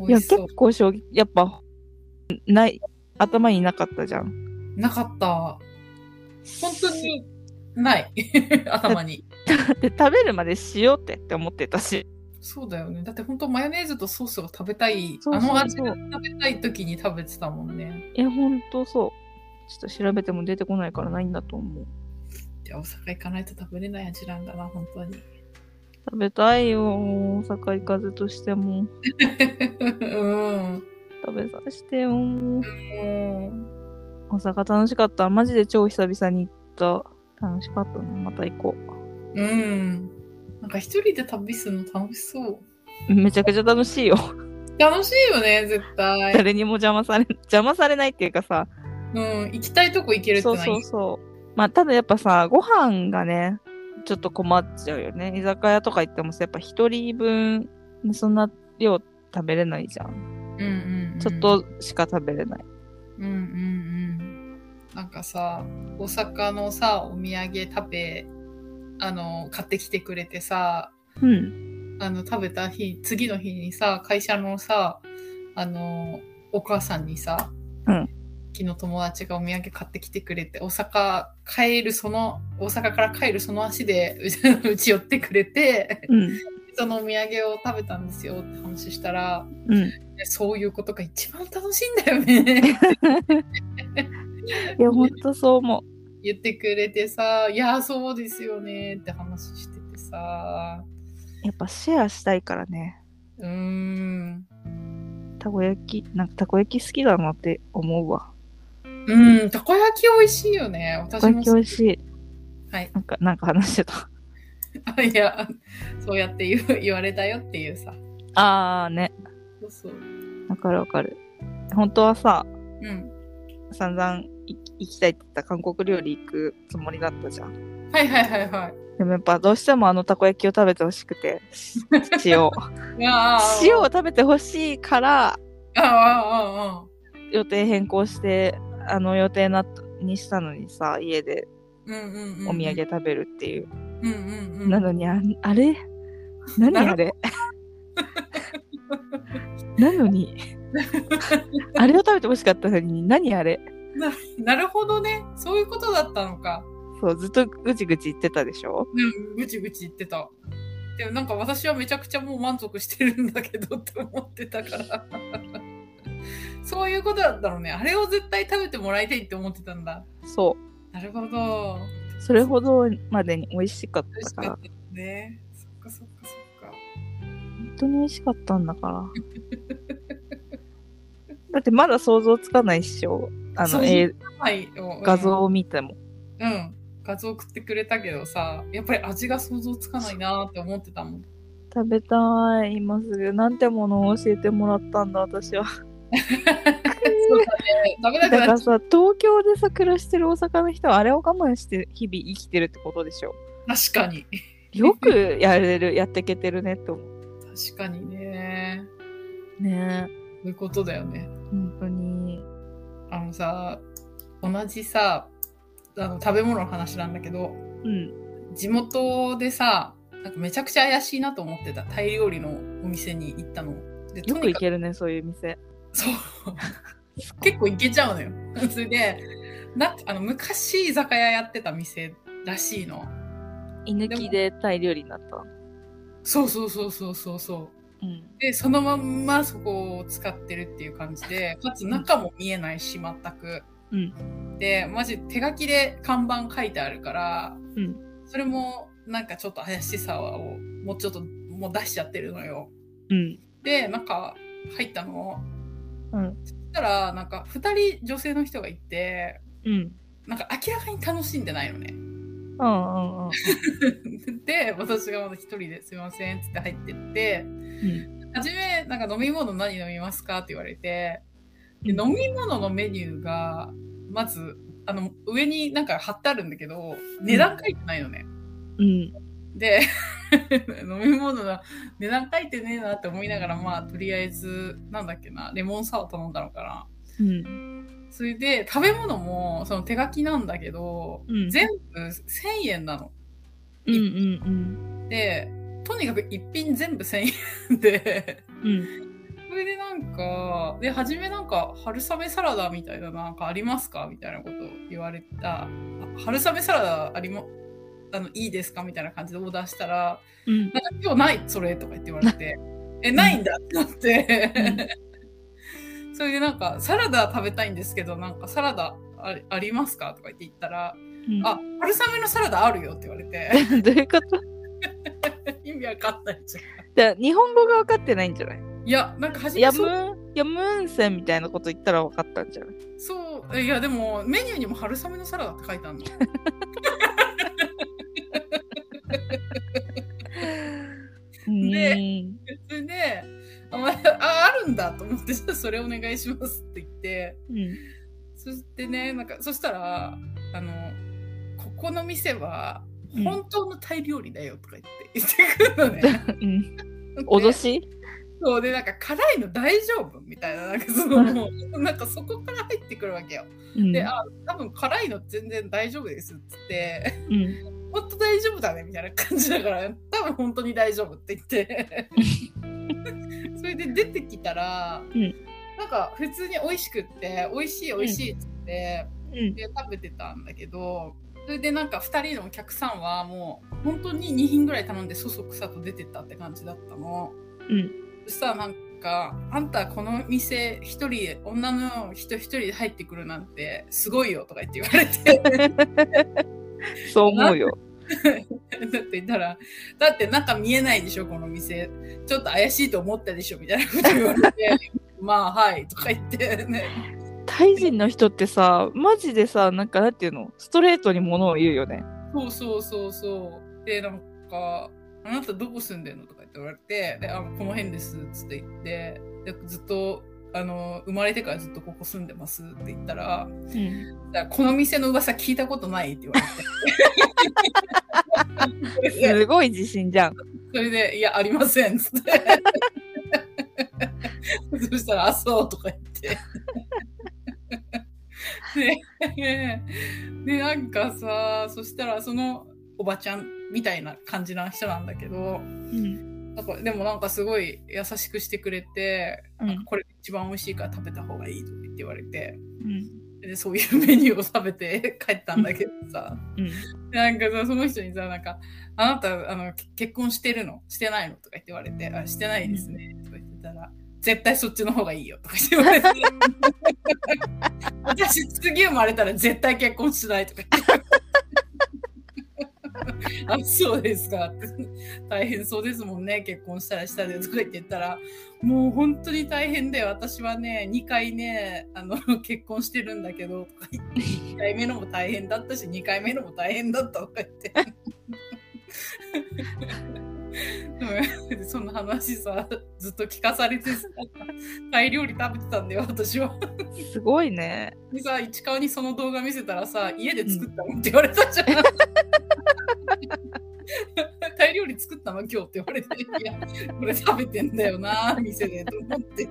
[SPEAKER 2] 美
[SPEAKER 1] や、
[SPEAKER 2] 味し
[SPEAKER 1] 結
[SPEAKER 2] そう。
[SPEAKER 1] 構衝撃、やっぱ、ない、頭になかったじゃん。 <laughs>
[SPEAKER 2] なかった。本当にない。 <laughs> 頭に。
[SPEAKER 1] で食べるまでしようってって思ってたし
[SPEAKER 2] そうだよね。だって本当マヨネーズとソースが食べたい。
[SPEAKER 1] そうそうそう
[SPEAKER 2] あの味が食べたい時に食べてたもんね。
[SPEAKER 1] えほんとそうちょっと調べても出てこないからないんだと思う
[SPEAKER 2] じゃあ大阪行かないと食べれない味なんだな、本当に。 <laughs>
[SPEAKER 1] 食べたいよ大阪行かずとしても
[SPEAKER 2] うん。
[SPEAKER 1] 食べさせてよ大
[SPEAKER 2] うん
[SPEAKER 1] 阪楽しかったマジで超久々に行った楽しかったなまた行こ
[SPEAKER 2] うん。なんか一人で旅するの楽しそう。
[SPEAKER 1] うめちゃくちゃ楽しいよ
[SPEAKER 2] 楽しいよね、絶対。
[SPEAKER 1] <laughs> 誰にも邪魔され邪魔されないっていうかさ
[SPEAKER 2] うん。行きたいとこ行けるって
[SPEAKER 1] そ
[SPEAKER 2] の
[SPEAKER 1] う
[SPEAKER 2] は
[SPEAKER 1] そうそうまあただやっぱさご飯がねちょっと困っちゃうよね居酒屋とか行ってもさやっぱ一人分そんな量食べれないじゃん
[SPEAKER 2] うんうんうん
[SPEAKER 1] ちょっとしか食べれない。
[SPEAKER 2] うんうんうん。なんかさ、大阪のさ、お土産食べ、あの、買ってきてくれてさ、
[SPEAKER 1] うん。
[SPEAKER 2] あの、食べた日、次の日にさ、会社のさ、あの、お母さんにさ、
[SPEAKER 1] うん
[SPEAKER 2] 昨日友達がお土産買ってきてくれて、大阪帰るその、大阪から帰るその足で、 <laughs> うちうち寄ってくれて、
[SPEAKER 1] うん。
[SPEAKER 2] そのお土産を食べたんですよって話したら、
[SPEAKER 1] うん。
[SPEAKER 2] そういうことが一番楽しいんだよね。
[SPEAKER 1] いや、ほんとそう思う。
[SPEAKER 2] 言ってくれてさ「いやそうですよね」って話しててさ
[SPEAKER 1] やっぱシェアしたいからね。
[SPEAKER 2] うーん
[SPEAKER 1] たこ焼き、なんかたこ焼き好きだなって思うわ。
[SPEAKER 2] うんたこ焼き美味しいよね
[SPEAKER 1] た
[SPEAKER 2] 私
[SPEAKER 1] こ
[SPEAKER 2] も
[SPEAKER 1] 焼き美味しい。
[SPEAKER 2] はい
[SPEAKER 1] なんか、なんか話してた。
[SPEAKER 2] あ <laughs> いやそうやって言う言われたよっていうさ
[SPEAKER 1] あーね。
[SPEAKER 2] そうそう
[SPEAKER 1] わかるわかる。本当はさ、
[SPEAKER 2] うん
[SPEAKER 1] 散々い行きたいって言った韓国料理行くつもりだったじゃん。
[SPEAKER 2] はいはいはいはい
[SPEAKER 1] でもやっぱどうしてもあのたこ焼きを食べてほしく
[SPEAKER 2] <laughs>
[SPEAKER 1] て、塩を。
[SPEAKER 2] ああ
[SPEAKER 1] 塩を食べてほしいから、
[SPEAKER 2] ああああ
[SPEAKER 1] 予定変更してあの予定なにしたのにさ家で
[SPEAKER 2] うんうんうん
[SPEAKER 1] お土産食べるっていう、
[SPEAKER 2] うんうんうん
[SPEAKER 1] なのにああれ何
[SPEAKER 2] なる
[SPEAKER 1] あれ <laughs> なのにあれを食べて欲しかったのに何あれ
[SPEAKER 2] なるほどね。そういうことだったのか。
[SPEAKER 1] そうずっとぐちぐち言ってたでしょ
[SPEAKER 2] うん、ぐちぐち言ってた。でもなんか私はめちゃくちゃもう満足してるんだけどって思ってた
[SPEAKER 1] <laughs>
[SPEAKER 2] から。そういうことだったのね。あれを絶対食べてもらいたいって思ってたんだ。
[SPEAKER 1] そ
[SPEAKER 2] なるほど。
[SPEAKER 1] うそれほどまでに美味しかっ
[SPEAKER 2] 美味
[SPEAKER 1] た
[SPEAKER 2] し
[SPEAKER 1] か
[SPEAKER 2] からったですね。そっかそっかそっか。
[SPEAKER 1] 本当に美味しかったんだからだってまだ想像つかないっしょあ
[SPEAKER 2] そう
[SPEAKER 1] の、えー
[SPEAKER 2] はい。うん
[SPEAKER 1] 画像を見ても
[SPEAKER 2] うん。画像送ってくれたけどさ、やっぱり味が想像つかないなーって思ってたも
[SPEAKER 1] <laughs>
[SPEAKER 2] ん。
[SPEAKER 1] 食べたい今すぐなんてものを教えてもらったんだ私 <laughs> は
[SPEAKER 2] そうだね。食
[SPEAKER 1] だ
[SPEAKER 2] べな
[SPEAKER 1] か
[SPEAKER 2] くな
[SPEAKER 1] ら
[SPEAKER 2] っち
[SPEAKER 1] さ東京でさ暮らしてる大阪の人はあれを我慢して日々生きてるってことでしょ
[SPEAKER 2] ゃう。確かに。
[SPEAKER 1] よくやれるやっていけてるねって思う
[SPEAKER 2] 確かにね。
[SPEAKER 1] ね
[SPEAKER 2] そういうことだよね。
[SPEAKER 1] 本当に
[SPEAKER 2] あのさ、同じさ、あの食べ物の話なんだけど、
[SPEAKER 1] うん
[SPEAKER 2] 地元でさ、なんかめちゃくちゃ怪しいなと思ってた。タイ料理のお店に行ったの。で、
[SPEAKER 1] よく行
[SPEAKER 2] る。
[SPEAKER 1] けるねそういう店
[SPEAKER 2] そう。結構行けちゃうのよ。 <laughs> それで、なんかあの昔居酒屋やってた店らしいの。
[SPEAKER 1] 居抜きでタイ料理になった
[SPEAKER 2] そうそうそうそうそうそう。
[SPEAKER 1] うん
[SPEAKER 2] で、そのまんまそこを使ってるっていう感じで、かつ中も見えないし、全く。
[SPEAKER 1] うん
[SPEAKER 2] で、マジ手書きで看板書いてあるから、
[SPEAKER 1] うん
[SPEAKER 2] それもなんかちょっと怪しさをもうちょっともう出しちゃってるのよ。
[SPEAKER 1] うん
[SPEAKER 2] で、なんか入ったの。
[SPEAKER 1] うん
[SPEAKER 2] そしたら、なんか2人女性の人がいて、
[SPEAKER 1] うん
[SPEAKER 2] なんか明らかに楽しんでないのね。 <laughs>
[SPEAKER 1] うんうんうん
[SPEAKER 2] で、私がまだ一人ですいませんっつって入ってって、
[SPEAKER 1] うん
[SPEAKER 2] はじめ、なんか飲み物何飲みますかって言われて、で
[SPEAKER 1] うん
[SPEAKER 2] 飲み物のメニューが、まず、あの、上になんか貼ってあるんだけど、値段書いてないのね。
[SPEAKER 1] うん
[SPEAKER 2] で、 <laughs> 飲み物の値段書いてねえなって思いながら、まあ、とりあえず、なんだっけな、レモンサワー頼んだのかな。
[SPEAKER 1] うん
[SPEAKER 2] それで、食べ物も、その手書きなんだけど、
[SPEAKER 1] うん
[SPEAKER 2] 全部1000円なの。
[SPEAKER 1] うんうん
[SPEAKER 2] で、とにかく一品全部1000円で、
[SPEAKER 1] うん
[SPEAKER 2] それでなんか、で、初めなんか、春雨サラダみたいな、なんかありますかみたいなことを言われた。あ春雨サラダありも、あの、いいですかみたいな感じでオーダーしたら、
[SPEAKER 1] うん
[SPEAKER 2] なんか今日ない、それとか言って言わ
[SPEAKER 1] <laughs>
[SPEAKER 2] れて、え、ないんだってなって、 <laughs> それでなんか、サラダ食べたいんですけど、なんかサラダありありますかとか言って言ったら、
[SPEAKER 1] うん
[SPEAKER 2] あ、春雨のサラダあるよって言われ
[SPEAKER 1] <laughs>
[SPEAKER 2] て、
[SPEAKER 1] どういうこと
[SPEAKER 2] 意味わかんないじゃ
[SPEAKER 1] じゃあ日本語が分かってないんじゃない
[SPEAKER 2] ん。いや、なんか初め
[SPEAKER 1] や
[SPEAKER 2] て
[SPEAKER 1] む、やむんせんみたいなこと言ったら分かったんじゃない
[SPEAKER 2] そう、いやでもメニューにも春雨のサラダって書いてあるの。
[SPEAKER 1] ね
[SPEAKER 2] それで、あ、まあ、ああるんだと思って、じゃあそれお願いしますって言って、
[SPEAKER 1] うん
[SPEAKER 2] そしてね、なんか、そしたら、あの、ここの店は
[SPEAKER 1] うん
[SPEAKER 2] 本当のタイ料理だよとか言って、 <laughs> 言ってくるのね。
[SPEAKER 1] うん <laughs> 脅し
[SPEAKER 2] そうで、なんか辛いの大丈夫みたいな、なんかその、もうなんかそこから入ってくるわけよ。
[SPEAKER 1] うん
[SPEAKER 2] で、あ、多分辛いの全然大丈夫ですっつって、
[SPEAKER 1] うん
[SPEAKER 2] 本当大丈夫だねみたいな感じだから多分本当に大丈夫って言ってそれで出てきたら、
[SPEAKER 1] うん
[SPEAKER 2] なんか普通に美味しくって美味しい美味しいっつって、
[SPEAKER 1] うん
[SPEAKER 2] で食べてたんだけどそれでなんか2人のお客さんはもう本当に2品ぐらい頼んでそそくさと出てったって感じだったの。
[SPEAKER 1] うん
[SPEAKER 2] そしたらなんか「あんたこの店一人女の人一人で入ってくるなんてすごいよ」とか言って言われて。
[SPEAKER 1] そう思うよ
[SPEAKER 2] だって言ったら、だって中見えないでしょ、この店。ちょっと怪しいと思ったでしょ、みたいなこと言われて、まあ、はい、とか言ってね。
[SPEAKER 1] タイ人の人ってさマジでさなんかなんていうのストレートにものを言うよね
[SPEAKER 2] そうそうそうそう。で、なんか、あなたどこ住んでんのとか言って言われて、で、あ、この辺です、つって言って、でずっと、あの、生まれてからずっとここ住んでますって言ったら、
[SPEAKER 1] うん
[SPEAKER 2] だからこの店の噂聞いたことないって言わ
[SPEAKER 1] <laughs>
[SPEAKER 2] れて。
[SPEAKER 1] すごい自信じゃん
[SPEAKER 2] それで、いや、ありません、つって。そしたら、あ、そう、とか言って。で、で、なんかさ、そしたら、そのおばちゃんみたいな感じな人なんだけど、
[SPEAKER 1] うん
[SPEAKER 2] なんかでもなんかすごい優しくしてくれて、
[SPEAKER 1] うん
[SPEAKER 2] なんかこれ一番美味しいから食べた方がいいとか言って言われて
[SPEAKER 1] うん。
[SPEAKER 2] でそういうメニューを食べて帰ったんだけどさ、
[SPEAKER 1] うん。
[SPEAKER 2] なんかさその人にさなんか「あなたあのけ結婚してるのしてないの?」とか言って言われて「あしてないですね」とか言ってたら「絶対そっちの方がいいよ」とか言って言われて私次生まれたら絶対結婚しないとか言って。あそうですかって大変そうですもんね結婚したらしたでとか言ってたらもう本当に大変で私はね2回ねあの <laughs> 結婚してるんだけどとか言って1回目のも大変だったし2回目のも大変だったとか言ってでもそんな話さずっと聞かされてさタイ料理食べてたんだよ私は
[SPEAKER 1] すごいね。
[SPEAKER 2] でさ市川にその動画見せたらさ家で作ったのって言われたじゃん、タイ料理作ったの今日って言われて「いやこれ食べてんだよな店で」と思ってさ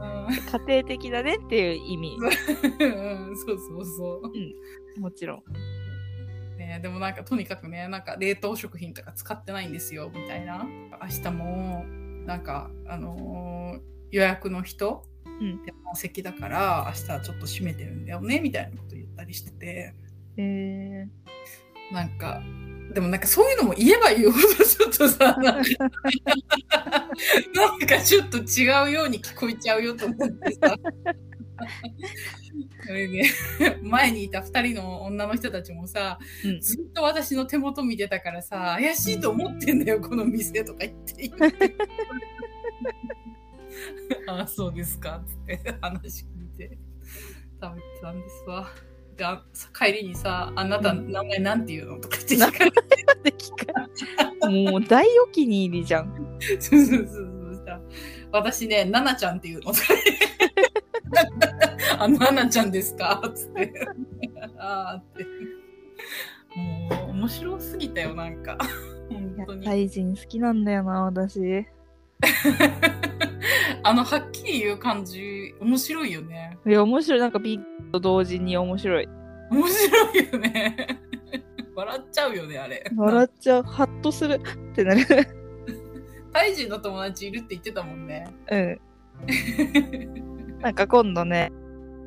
[SPEAKER 2] あー
[SPEAKER 1] 家庭的だねっていう意味。
[SPEAKER 2] うんそうそうそう
[SPEAKER 1] もちろん。
[SPEAKER 2] ね、でもなんかとにかくねなんか冷凍食品とか使ってないんですよみたいな明日もなんかあのー予約の人、
[SPEAKER 1] ん
[SPEAKER 2] で満席だから明日はちょっと閉めてるんだよねみたいなこと言ったりしてて
[SPEAKER 1] え
[SPEAKER 2] なんかでもなんかそういうのも言えば言うほどちょっとさなんかなんかちょっと違うように聞こえちゃうよと思ってさ。それで前にいた2人の女の人たちもさ、
[SPEAKER 1] ー。うん。
[SPEAKER 2] ずっと私の手元見てたからさ怪しいと思ってんだよこの店とか言って言って <laughs> ああそうですかっつって話聞いて食べてたんですわであ帰りにさ「あなた
[SPEAKER 1] うん
[SPEAKER 2] 名前なんて言うの?」とか言って聞かれて
[SPEAKER 1] で聞か
[SPEAKER 2] <laughs>
[SPEAKER 1] もう大お気に入りじゃん。
[SPEAKER 2] そうそうそうそうさ私ね「ななちゃんって <laughs> いうの」とか言ってあななちゃんですか?」っつってああってもう面白すぎたよなんか本当に
[SPEAKER 1] タイ人好きなんだよな、私。
[SPEAKER 2] <laughs> あの、はっきり言う感じ、面白いよね。
[SPEAKER 1] いや、面白い。なんかビッグと同時に面白い。
[SPEAKER 2] 面白いよね。 <laughs> 笑っちゃうよね、あれ。
[SPEAKER 1] 笑っちゃう。ハッとする。ってなる。
[SPEAKER 2] タイ人の友達いるって言ってたもんね。 <laughs>
[SPEAKER 1] うん。なんか今度ね、
[SPEAKER 2] う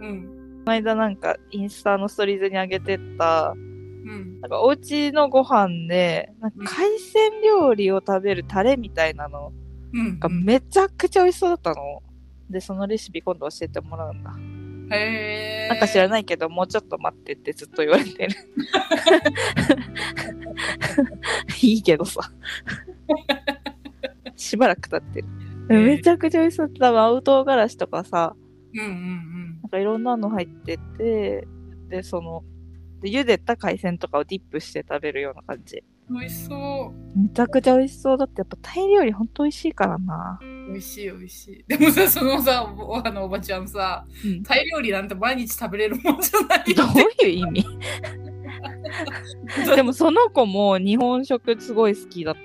[SPEAKER 2] ん。
[SPEAKER 1] この間なんかインスタのストーリーズに上げてた、
[SPEAKER 2] うん。
[SPEAKER 1] なんかお家のご飯で、なんか海鮮料理を食べるタレみたいなの
[SPEAKER 2] うん
[SPEAKER 1] が。めちゃくちゃ美味しそうだったの。で、そのレシピ今度教えてもらうんだ。
[SPEAKER 2] へー
[SPEAKER 1] なんか知らないけど、もうちょっと待ってってずっと言われてる。いいけどさ。しばらく経ってる。
[SPEAKER 2] えー
[SPEAKER 1] めちゃくちゃ美味しそうだった。多分青唐辛子とかさ、
[SPEAKER 2] うんうん
[SPEAKER 1] なんかいろんなの入ってて、で、その、で茹でた海鮮とかをディップして食べるような感じ。
[SPEAKER 2] うん。美味しそう。
[SPEAKER 1] めちゃくちゃ美味しそうだって、やっぱタイ料理ほんと美味しいからな。
[SPEAKER 2] 美味しい美味しい。でもさ、そのさ、おあのおばちゃんさ、
[SPEAKER 1] うん
[SPEAKER 2] タイ料理なんて毎日食べれるもんじゃな
[SPEAKER 1] <laughs>
[SPEAKER 2] い
[SPEAKER 1] ど
[SPEAKER 2] よって。
[SPEAKER 1] ういう意味でもその子も日本食すごい好きだっ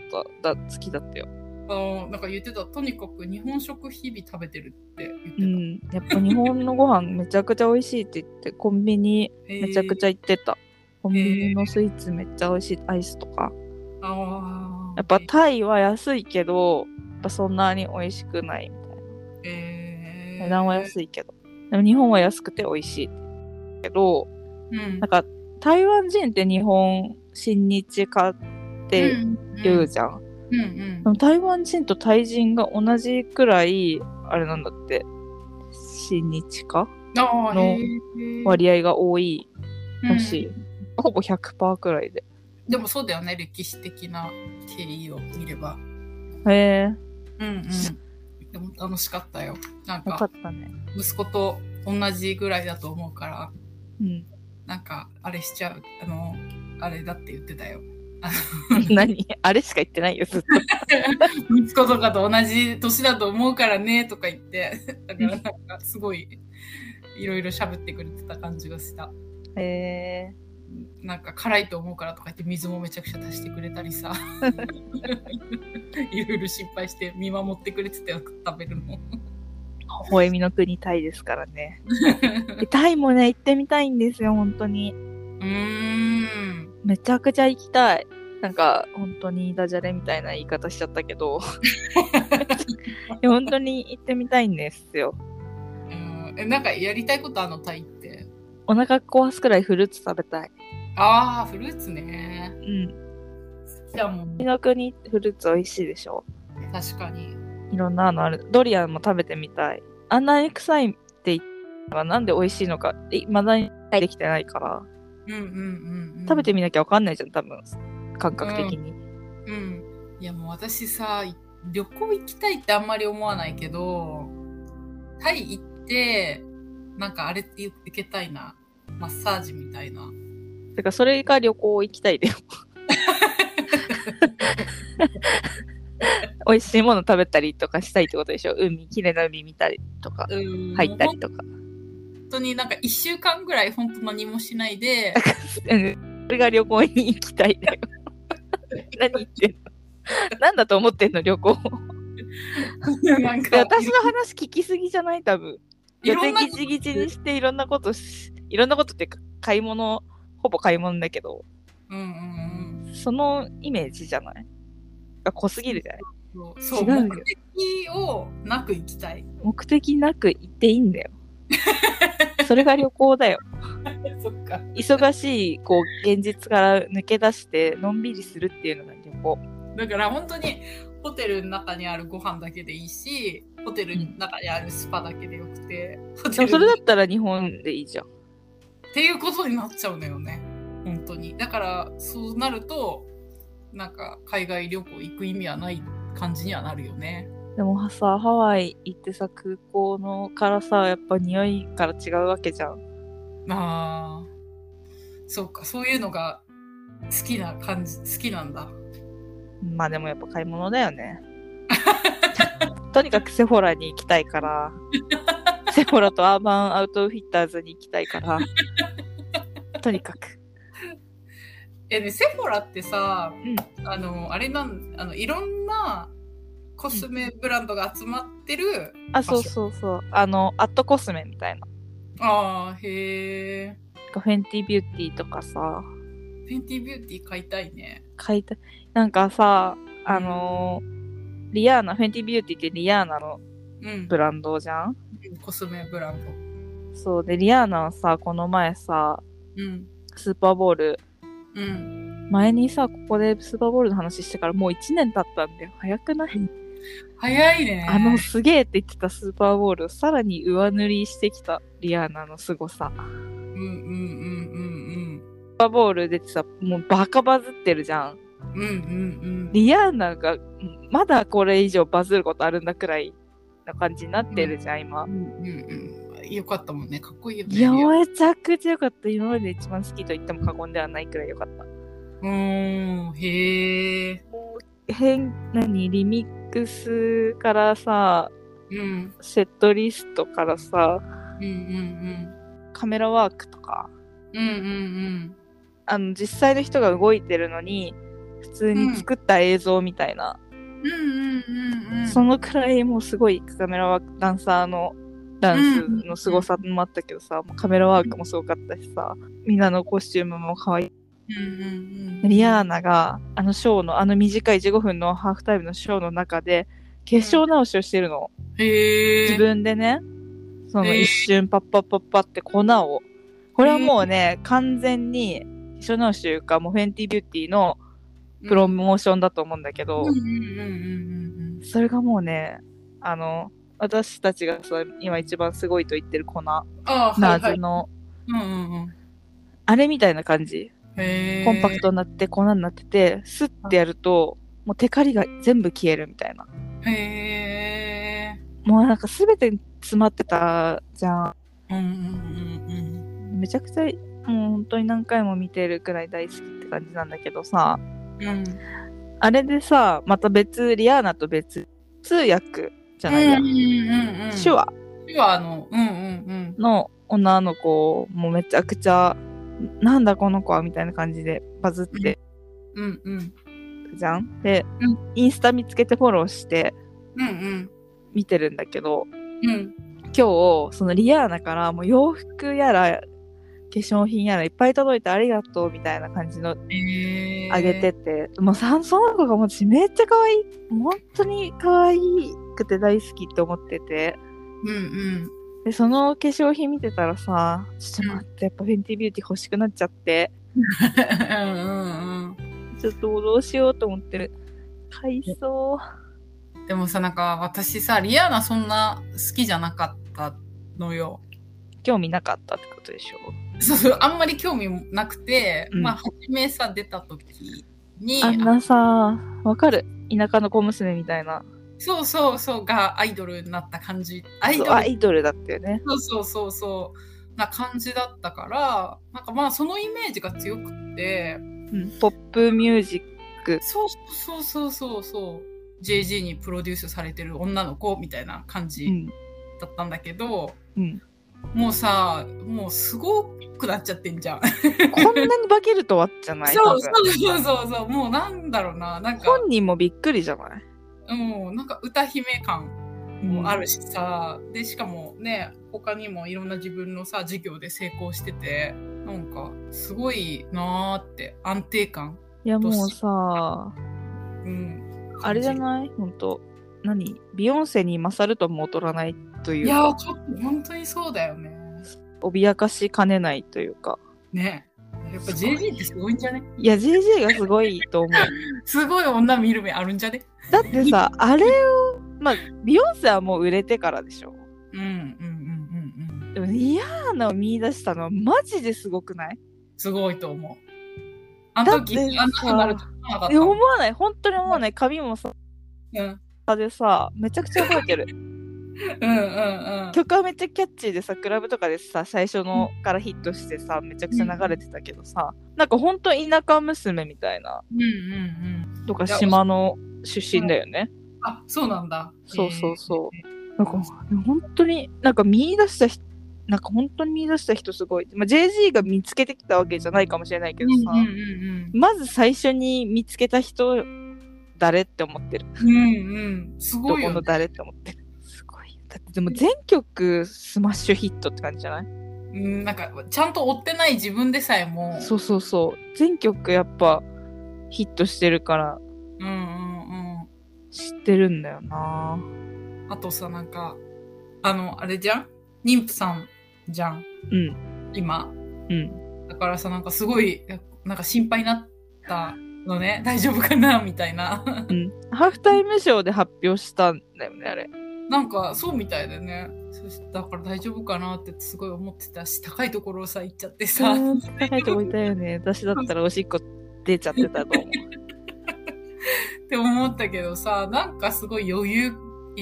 [SPEAKER 1] ただ好きだったよ、
[SPEAKER 2] あのなんか言ってた、とにかく日本食日々食べてるって言って
[SPEAKER 1] うん、や
[SPEAKER 2] た。
[SPEAKER 1] っぱ日本のご飯めちゃくちゃ美味しいって言 <laughs> ってコンビニめちゃくち
[SPEAKER 2] ゃ。
[SPEAKER 1] ゃ行ってた、コンビニのスイーツめっちゃ美味しいアイスとか
[SPEAKER 2] ああ。
[SPEAKER 1] やっぱタイは安いけどやっぱそんなに美味しくないみたい
[SPEAKER 2] えー、
[SPEAKER 1] な値段は安いけどでも日本は安くて美味しいけど
[SPEAKER 2] うん
[SPEAKER 1] なんか台湾人って日本親日家って言うじゃん、
[SPEAKER 2] うんう
[SPEAKER 1] で
[SPEAKER 2] ん
[SPEAKER 1] も台湾人とタイ人が同じくらい、あれなんだって、親日化
[SPEAKER 2] ああ
[SPEAKER 1] の
[SPEAKER 2] へー
[SPEAKER 1] 割合が多いらしい。
[SPEAKER 2] うん
[SPEAKER 1] ほぼ100%くらいで。
[SPEAKER 2] でもそうだよね歴史的な経緯を見れば
[SPEAKER 1] へえ、
[SPEAKER 2] うんうんでも楽しかったよなん
[SPEAKER 1] よか
[SPEAKER 2] か
[SPEAKER 1] ったね。
[SPEAKER 2] 息子と同じぐらいだと思うから
[SPEAKER 1] うん。 <laughs>
[SPEAKER 2] なんかあれしちゃうあのあれだって言ってたよ
[SPEAKER 1] 何あれしか言ってないよ、ずっと。
[SPEAKER 2] 息子とかと同じ年だと思うからねとか言ってだからなんかすごいいろいろ喋ってくれてた感じがした
[SPEAKER 1] へえ。
[SPEAKER 2] なんか辛いと思うからとか言って水もめちゃくちゃ足してくれたりさ <laughs> いろいろ心配して見守ってくれてたよ食べるの
[SPEAKER 1] 微笑みの国タイですからね。でタイもね、行ってみたいんですよ、本当に。
[SPEAKER 2] うーん
[SPEAKER 1] めちゃくちゃ行きたい。なんか、本当にダジャレみたいな言い方しちゃったけど、 <laughs> いや本当に行ってみたいんですよ。
[SPEAKER 2] うんえ、なんかやりたいことあのタイって。
[SPEAKER 1] お腹壊すくらいフルーツ食べたい。
[SPEAKER 2] ああ、フルーツね
[SPEAKER 1] う。ん。
[SPEAKER 2] じゃあもう、
[SPEAKER 1] 国の国フルーツ美味しいでしょ
[SPEAKER 2] 確かに。
[SPEAKER 1] いろんなのある。ドリアンも食べてみたい。あんなに臭いって言ったのがなんで美味しいのか、いまだにできてないから、
[SPEAKER 2] うんうんうん、うん。
[SPEAKER 1] 食べてみなきゃわかんないじゃん、多分。感覚的に。
[SPEAKER 2] うん。いやもう私さ、い旅行行きたいってあんまり思わないけど、タイ行って、なんかあれって行けたいな。マッサージみたいな。
[SPEAKER 1] だからそれが旅行行き
[SPEAKER 2] <laughs>
[SPEAKER 1] たいで。美味しいもの食べたりとかしたいってことでしょ海、綺麗な海見たりとか、
[SPEAKER 2] うん
[SPEAKER 1] 入ったりとか。
[SPEAKER 2] 本当になんか一週間ぐらい本当何もしな
[SPEAKER 1] <laughs>
[SPEAKER 2] いで、
[SPEAKER 1] うんそれが旅行に行きたいだ
[SPEAKER 2] <laughs>
[SPEAKER 1] よ。何言ってんの何だと思ってんの旅行。
[SPEAKER 2] なん
[SPEAKER 1] いや
[SPEAKER 2] か、
[SPEAKER 1] 私の話聞きすぎじゃない多分。
[SPEAKER 2] い
[SPEAKER 1] 予
[SPEAKER 2] ろ
[SPEAKER 1] 定
[SPEAKER 2] んな
[SPEAKER 1] ギチギチにしていろんなことし、いろんなことっていうか買い物、ほぼ買い物だけど、
[SPEAKER 2] うんうんうん。
[SPEAKER 1] そのイメージじゃないが濃すぎるじゃない
[SPEAKER 2] そう、そう
[SPEAKER 1] 違うよ
[SPEAKER 2] 目的をなく行きたい。
[SPEAKER 1] 目的なく行っていいんだ
[SPEAKER 2] <laughs>
[SPEAKER 1] よ。それが旅行だよ。
[SPEAKER 2] そっか。
[SPEAKER 1] 忙しい、こう、現実から抜け出して、のんびりするっていうのが旅行。
[SPEAKER 2] だから本当にホテルの中にあるご飯だけでいいし、ホテルの中にあるスパだけでよくて、ホ
[SPEAKER 1] で
[SPEAKER 2] テ
[SPEAKER 1] も
[SPEAKER 2] ル
[SPEAKER 1] それだったら日本でいいじゃん。
[SPEAKER 2] っていうことになっちゃうのよね。本当に。だからそうなると、なんか海外旅行行く意味はない感じにはなるよね。
[SPEAKER 1] でもさ、ハワイ行ってさ、空港のからさ、やっぱ匂いから違うわけじゃん。
[SPEAKER 2] ああ、そうか、そういうのが好きな感じ、好きなんだ。
[SPEAKER 1] まあでもやっぱ買い物だよね。 <laughs> とにかくセフォラに行きたいから、セフォラとアーバンアウトフィッターズに行きたいから、とにかく。
[SPEAKER 2] え、ね、セフォラってさ、
[SPEAKER 1] う
[SPEAKER 2] あの、あれなん、あの、いろんなコスメブランドが集まってる、
[SPEAKER 1] あ、そうそうそう。あの、アットコスメみたいな。
[SPEAKER 2] ああ、へえ。
[SPEAKER 1] フェンティビューティーとかさ、
[SPEAKER 2] フェンティビューティー買いたいね。
[SPEAKER 1] 買いたい。なんかさ、あのーリアーナ、フェンティビューティーってリアーナの
[SPEAKER 2] うん
[SPEAKER 1] ブ。ランドじゃん
[SPEAKER 2] コスメブランド。
[SPEAKER 1] そう。で、リアーナはさ、この前さ、
[SPEAKER 2] うん。
[SPEAKER 1] スーパーボール、
[SPEAKER 2] うん。
[SPEAKER 1] 前にさ、ここでスーパーボールの話してからもう1年経ったんだよ。早くない、
[SPEAKER 2] 早いね。
[SPEAKER 1] あの、すげえって言ってたスーパーボールをさらに上塗りしてきたリアーナの凄さ。スー
[SPEAKER 2] うんうんうん
[SPEAKER 1] パーボール出てさ、もうバカバズってるじゃん。
[SPEAKER 2] うんうん。うんうんうん。
[SPEAKER 1] リアーナがまだこれ以上バズることあるんだくらいな感じになってるじゃん、今
[SPEAKER 2] う。んうんうん。よかったもんね。かっこいいよね。
[SPEAKER 1] いや、めちゃくちゃ良かった。今まで一番好きと言っても過言ではないくらい良かった。
[SPEAKER 2] うーん。へえ。
[SPEAKER 1] 変、何、リミックスからさ、
[SPEAKER 2] うん。
[SPEAKER 1] セットリストからさ、
[SPEAKER 2] うんうん
[SPEAKER 1] カメラワークとか、
[SPEAKER 2] うん。うんうん
[SPEAKER 1] あの、実際の人が動いてるのに、普通に作った映像みたいな、
[SPEAKER 2] うん。うんうんうんうん。
[SPEAKER 1] そのくらいもうすごいカメラワーク、ダンサーのダンスの凄さもあったけどさ、もうカメラワークもすごかったしさ、みんなのコスチュームも可愛い。
[SPEAKER 2] うんうんうん。
[SPEAKER 1] リアーナが、あのショーの、あの短い15分のハーフタイムのショーの中で、化粧直しをしてるの。
[SPEAKER 2] へえ。
[SPEAKER 1] 自分でね、その
[SPEAKER 2] えー
[SPEAKER 1] 一瞬パッパッパッパって粉を。これはもうね、完全に、化粧直しというか、もうフェンティビューティーのプロモーションだと思うんだけど
[SPEAKER 2] うん、うんうんうん
[SPEAKER 1] それがもうね、あの、私たちがさ今一番すごいと言ってる粉、ナ
[SPEAKER 2] うん。ああ、はいは
[SPEAKER 1] ーズ
[SPEAKER 2] い。
[SPEAKER 1] の、
[SPEAKER 2] うんうんうん。
[SPEAKER 1] あれみたいな感じ。
[SPEAKER 2] へえ。
[SPEAKER 1] コンパクトになって粉になってて、スッてやると、もうテカリが全部消えるみたいな。
[SPEAKER 2] へえ。
[SPEAKER 1] もうなんか全て詰まってたじゃ
[SPEAKER 2] うんうんうん
[SPEAKER 1] ん。めちゃくちゃ、もう本当に何回も見てるくらい大好きって感じなんだけどさ、
[SPEAKER 2] うん。うん。
[SPEAKER 1] あれでさ、また別、リアーナと別、通訳じゃないや、
[SPEAKER 2] うんうんうんうん。
[SPEAKER 1] 手話
[SPEAKER 2] 手話の、うんうん
[SPEAKER 1] の女の子もめちゃくちゃ、なんだこの子はみたいな感じでバズって
[SPEAKER 2] うん。うんうん。
[SPEAKER 1] たじゃん。で
[SPEAKER 2] うん、
[SPEAKER 1] インスタ見つけてフォローして
[SPEAKER 2] うんうん。
[SPEAKER 1] 見てるんだけど、
[SPEAKER 2] うん。
[SPEAKER 1] 今日、そのリアーナからもう洋服やら、粧品やらいっぱい届いてありがとうみたいな感じの
[SPEAKER 2] えー
[SPEAKER 1] あげてて、もうさその子がもう私めっちゃ可愛い本当に可愛くて大好きって思ってて
[SPEAKER 2] うんうん
[SPEAKER 1] でその化粧品見てたらさちょっと待ってやっぱフェンティビューティ欲しくなっちゃって
[SPEAKER 2] うんうん
[SPEAKER 1] ちょっともうどうしようと思ってる買いそ
[SPEAKER 2] うんでもさなんか私さリアーナそんな好きじゃなかったのよ
[SPEAKER 1] う興味なかったってことでしょ
[SPEAKER 2] そうそうあんまり興味もなくて、
[SPEAKER 1] うん
[SPEAKER 2] まあ初めさ出た時に
[SPEAKER 1] あん
[SPEAKER 2] あ
[SPEAKER 1] なさわかる田舎の小娘みたいな
[SPEAKER 2] そうそうそうがアイドルになった感じアイド
[SPEAKER 1] そう
[SPEAKER 2] ル
[SPEAKER 1] アイドルだったよね
[SPEAKER 2] そうそうそうそうな感じだったからなんかまあそのイメージが強くって
[SPEAKER 1] うんポップミュージック
[SPEAKER 2] そうそうそうそうそう JG にプロデュースされてる女の子みたいな感
[SPEAKER 1] う
[SPEAKER 2] じ
[SPEAKER 1] ん
[SPEAKER 2] だったんだけど、
[SPEAKER 1] うん、
[SPEAKER 2] もうさもうすごくなっちゃってんじゃん。
[SPEAKER 1] こんなに化けるとはじゃない
[SPEAKER 2] そう
[SPEAKER 1] 多
[SPEAKER 2] そ
[SPEAKER 1] 分
[SPEAKER 2] うそうそうそうもうなんだろうななんか
[SPEAKER 1] 本人もびっくりじゃない
[SPEAKER 2] うんなんか歌姫感もあるしさ、でしかもね他にもいろんな自分のさ事業で成功しててなんかすごいなーって安定感。
[SPEAKER 1] いやもうさ
[SPEAKER 2] うん、
[SPEAKER 1] あれじゃ
[SPEAKER 2] い
[SPEAKER 1] ない本当何ビヨンセに勝るとも劣らないとい
[SPEAKER 2] いうや
[SPEAKER 1] か
[SPEAKER 2] ちょっと本当にそうだよね。
[SPEAKER 1] 脅かしかねないというか
[SPEAKER 2] ねやっぱ
[SPEAKER 1] すごい
[SPEAKER 2] JG ってすごいんじゃね
[SPEAKER 1] いや JJ がすごいと思う
[SPEAKER 2] すごい女見る目あるんじゃね
[SPEAKER 1] だってさあれをまあビヨンセはもう売れてからでしょ
[SPEAKER 2] うんうんうんうんうん。
[SPEAKER 1] でもイヤーナを見出したのはマジですごくない
[SPEAKER 2] すごいと思う。あの時
[SPEAKER 1] だってさ
[SPEAKER 2] あんなになると思わな
[SPEAKER 1] い
[SPEAKER 2] かった
[SPEAKER 1] や
[SPEAKER 2] もん
[SPEAKER 1] 思。わない本当に思わない髪もさ
[SPEAKER 2] うん
[SPEAKER 1] でさめちゃくちゃ覚えてる
[SPEAKER 2] うんうんうん。
[SPEAKER 1] 曲はめっちゃキャッチーでさクラブとかでさ最初のからヒットしてさめちゃくちゃ流れてたけどさなんか本当田舎娘みたいな
[SPEAKER 2] うんうんうん。
[SPEAKER 1] とか島の出身だよね。
[SPEAKER 2] あそうなんだ。。
[SPEAKER 1] そうそうそうなんか本当になんか見出した人なんか本当に見出した人すごい。まあ、JG が見つけてきたわけじゃないかもしれないけ
[SPEAKER 2] う
[SPEAKER 1] ど
[SPEAKER 2] んうん
[SPEAKER 1] さ、
[SPEAKER 2] うん
[SPEAKER 1] まず最初に見つけた人誰って思ってる。
[SPEAKER 2] うん。うんうん。す
[SPEAKER 1] ど
[SPEAKER 2] ごい
[SPEAKER 1] こ
[SPEAKER 2] よ
[SPEAKER 1] の
[SPEAKER 2] ね。
[SPEAKER 1] 誰って思ってる。すごいよ。だってでも全曲スマッシュヒットって感じじゃない
[SPEAKER 2] うん、なんかちゃんと追ってない自分でさえも。
[SPEAKER 1] そうそうそう。全曲やっぱヒットしてるから
[SPEAKER 2] うんうんうん。
[SPEAKER 1] 知ってるんだよな
[SPEAKER 2] あとさ、なんか、あの、あれじゃん妊婦さんじゃん
[SPEAKER 1] うん。
[SPEAKER 2] 今。
[SPEAKER 1] うん。
[SPEAKER 2] だからさ、なんかすごい、なんか心配になったのね。大丈夫かなみたいな。
[SPEAKER 1] うん。ハーフタイムショーで発表したんだよね、あれ。
[SPEAKER 2] なんか、そうみたいだね。そしだから大丈夫かなってすごい思ってたし、高いところをさ、行っちゃってさ。
[SPEAKER 1] うん高いとこいたよ
[SPEAKER 2] <laughs>
[SPEAKER 1] ね。私だったらおしっこ出ちゃってたと思う。
[SPEAKER 2] って思ったけどさ、なんかすごい余裕、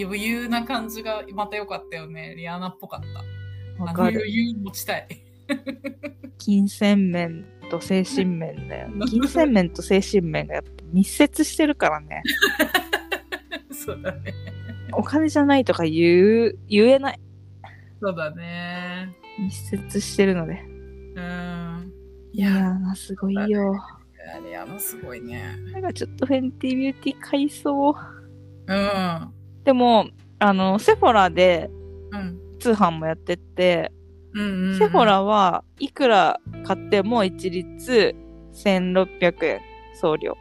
[SPEAKER 2] 余裕な感じがまた良かったよね。リアーナっぽかった。
[SPEAKER 1] わ
[SPEAKER 2] あ
[SPEAKER 1] か
[SPEAKER 2] の
[SPEAKER 1] る。
[SPEAKER 2] 余裕持ちたい。 <laughs>
[SPEAKER 1] 金銭面と精神面だよ
[SPEAKER 2] う。ん
[SPEAKER 1] 金銭面と精神面がやっぱ密接してるからね。
[SPEAKER 2] そうだね。
[SPEAKER 1] お金じゃないとか言う、言えない。
[SPEAKER 2] そうだね。
[SPEAKER 1] 密接してるので。
[SPEAKER 2] うん。
[SPEAKER 1] いやーな、すごいよ。
[SPEAKER 2] リアーナすごいね。
[SPEAKER 1] なんかちょっとフェンティビューティー買いそう。
[SPEAKER 2] うん。
[SPEAKER 1] でも、あの、セフォラで
[SPEAKER 2] うん。
[SPEAKER 1] 通販もやってて、
[SPEAKER 2] うん、うん。
[SPEAKER 1] セフォ。ラはいくら買っても一律1600円送料。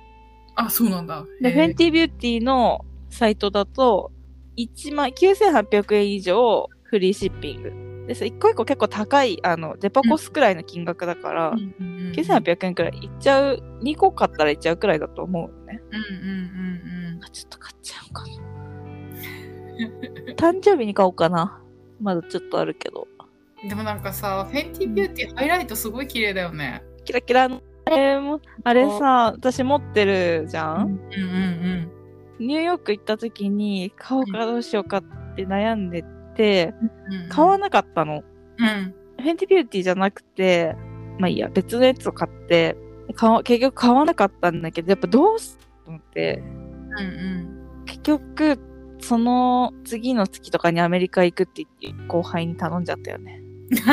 [SPEAKER 2] あ、そうなんだ。
[SPEAKER 1] で、
[SPEAKER 2] へ
[SPEAKER 1] フ
[SPEAKER 2] ー
[SPEAKER 1] ェンティビューティーのサイトだと、1万、9800円以上フリーシッピング。です。一個一個結構高い、あの、デパコスくらいの金額だから、
[SPEAKER 2] うんうんうん
[SPEAKER 1] 9800円くらいいっちゃう、2個買ったらいっちゃうくらいだと思うよね。
[SPEAKER 2] うんうん
[SPEAKER 1] あちょっと買っちゃおうかな。 <laughs> 誕生日に買おうかな。まだちょっとあるけど。
[SPEAKER 2] うんうん。でもなんかさ、フェンティビューティーハイライトすごい綺麗だよね。
[SPEAKER 1] キラキラの、あれも、あれさ、私持ってるじゃ
[SPEAKER 2] う
[SPEAKER 1] ん、
[SPEAKER 2] んうんうん。
[SPEAKER 1] ニューヨーク行った時に買おうかどうしようかって悩んでて、
[SPEAKER 2] うんうん
[SPEAKER 1] 買わなかったの。
[SPEAKER 2] うん。
[SPEAKER 1] フェンティビューティーじゃなくて、まあいいや、別のやつを買って、買わ結局買わなかったんだけど、やっぱどうすと思って、
[SPEAKER 2] うんうん。 <laughs>
[SPEAKER 1] 結局、その次の月とかにアメリカ行くって言って後輩に頼んじゃったよね。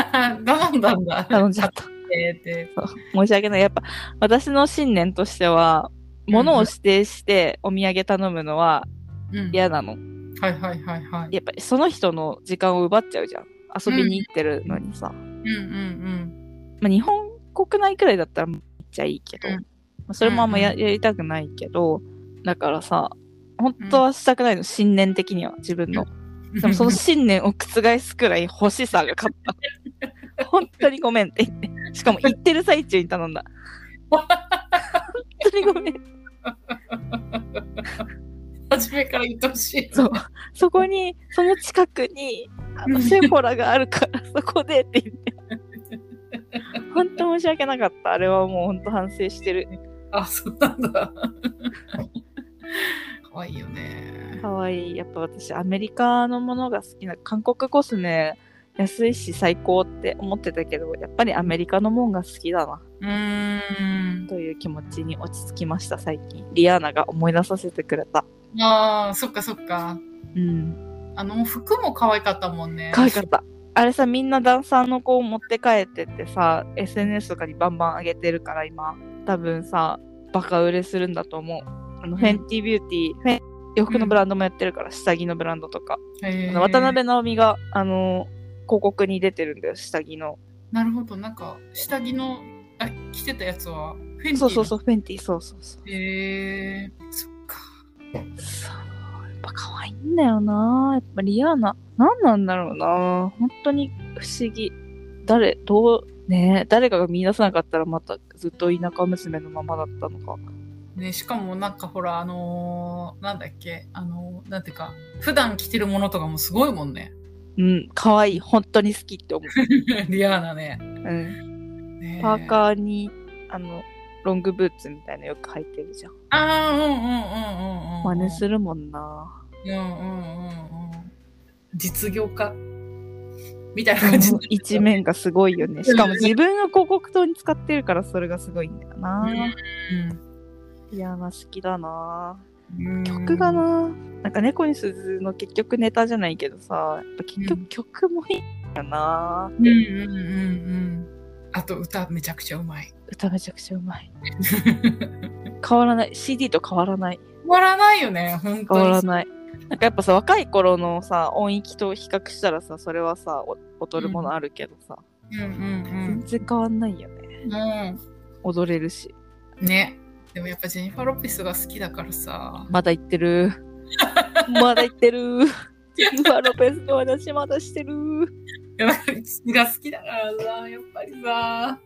[SPEAKER 2] 頼んだんだ。
[SPEAKER 1] 頼ん
[SPEAKER 2] <laughs>
[SPEAKER 1] じゃった。
[SPEAKER 2] えーって。
[SPEAKER 1] 申し訳ない。やっぱ私の信念としては、物を指定してお土産頼むのは
[SPEAKER 2] うん。
[SPEAKER 1] 嫌なの。
[SPEAKER 2] はいはいはいはい。
[SPEAKER 1] やっぱその人の時間を奪っちゃうじゃん。遊びに行ってるのにさ。
[SPEAKER 2] うんうん
[SPEAKER 1] まあ、日本国内くらいだったらめっちゃいいけど、
[SPEAKER 2] うん
[SPEAKER 1] まあそれもあんまや,、
[SPEAKER 2] うんうん
[SPEAKER 1] やりたくないけど、だからさ、本当はしたくないの、信念的には、自分の。でもそ
[SPEAKER 2] <laughs>
[SPEAKER 1] の信念を覆すくらい欲しさが勝
[SPEAKER 2] <laughs>
[SPEAKER 1] った。本当にごめんって言って。しかも行ってる最中に頼んだ。本当にごめん。
[SPEAKER 2] 初めから言ってほしい。
[SPEAKER 1] そう。そこに、その近くに、あ
[SPEAKER 2] う
[SPEAKER 1] の
[SPEAKER 2] ん
[SPEAKER 1] セフォラがあるから、そこでって言って。本当申し訳なかった。あれはもう本当反省してる。
[SPEAKER 2] あ、そうなん <laughs> だ。可愛いよね。
[SPEAKER 1] かわいい。やっぱ私、アメリカのものが好きな、韓国コスメ安いし最高って思ってたけど、やっぱりアメリカのもんが好きだな、
[SPEAKER 2] うーん。
[SPEAKER 1] という気持ちに落ち着きました、最近。リアーナが思い出させてくれた。
[SPEAKER 2] ああ、そっかそっか。
[SPEAKER 1] うん。
[SPEAKER 2] あの、服も可愛かったもんね。
[SPEAKER 1] かわいかった。あれさ、みんなダンサーの子を持って帰ってってさ、SNS とかにバンバン上げてるから今、多分さ、バカ売れするんだと思う。あの、
[SPEAKER 2] ん
[SPEAKER 1] フェンティビューティー、フェン洋服のブランドもやってるから、下着のブランドとか。
[SPEAKER 2] へ
[SPEAKER 1] あ
[SPEAKER 2] ー
[SPEAKER 1] の渡辺直美が、あの広告に出てるんだよ、下着の。
[SPEAKER 2] なるほど、なんか、下着の、あ、着てたやつは、フェンティ。
[SPEAKER 1] そうそうそうう、フェンティ、そうそうそう。
[SPEAKER 2] へえー、そっか。
[SPEAKER 1] そうやっぱ可愛いんだよなやっぱリアーナ。何なんだろうな本当に不思議。誰、どう、ねえ誰かが見出さなかったらまたずっと田舎娘のままだったのか。
[SPEAKER 2] ね、しかもなんかほら、あのーなんだっけ、あのーなんていうか、普段着てるものとかもすごいもんね。 <laughs>
[SPEAKER 1] うん、可愛い。本当に好きって思う。
[SPEAKER 2] リアーナね。
[SPEAKER 1] うん。
[SPEAKER 2] ね
[SPEAKER 1] パーカーに、あの、ロングブーツみたいなのよく履いてるじゃん。
[SPEAKER 2] ああ、うんうんうんうんうんうん。
[SPEAKER 1] 真似するもんな
[SPEAKER 2] うんうんうんうん。実業家みたいな
[SPEAKER 1] あ
[SPEAKER 2] 感じ
[SPEAKER 1] の。一面がすごいよね。しかも自分の広告塔に使ってるからそれがすごいんだよな。いや、まあ好きだな。
[SPEAKER 2] うん
[SPEAKER 1] 曲が。な、なんか猫に鈴の結局ネタじゃないけどさ、やっぱ結
[SPEAKER 2] う
[SPEAKER 1] 局曲もいいんだよな。
[SPEAKER 2] うんうんうんうん。あと歌めちゃくちゃうまい。 <laughs>
[SPEAKER 1] 歌めちゃくちゃうまい。
[SPEAKER 2] 終
[SPEAKER 1] 変わらない。CD と変わらない。
[SPEAKER 2] わらないよね、本当
[SPEAKER 1] 変
[SPEAKER 2] に。
[SPEAKER 1] わらない。なんかやっぱさ、若い頃のさ、音域と比較したらさ、それはさ、お劣るものあるけどさ、
[SPEAKER 2] うんうん
[SPEAKER 1] 全然変わんないよね。
[SPEAKER 2] うん。も
[SPEAKER 1] 踊れるし。
[SPEAKER 2] う、ね。でもやっぱジェニファー・ロピスが好きだからさ。
[SPEAKER 1] まだ言ってる。まだ言ってる。ジェニファー・ロペスの話まだしてる。
[SPEAKER 2] いやだから父が好きだからさ、やっぱりさ。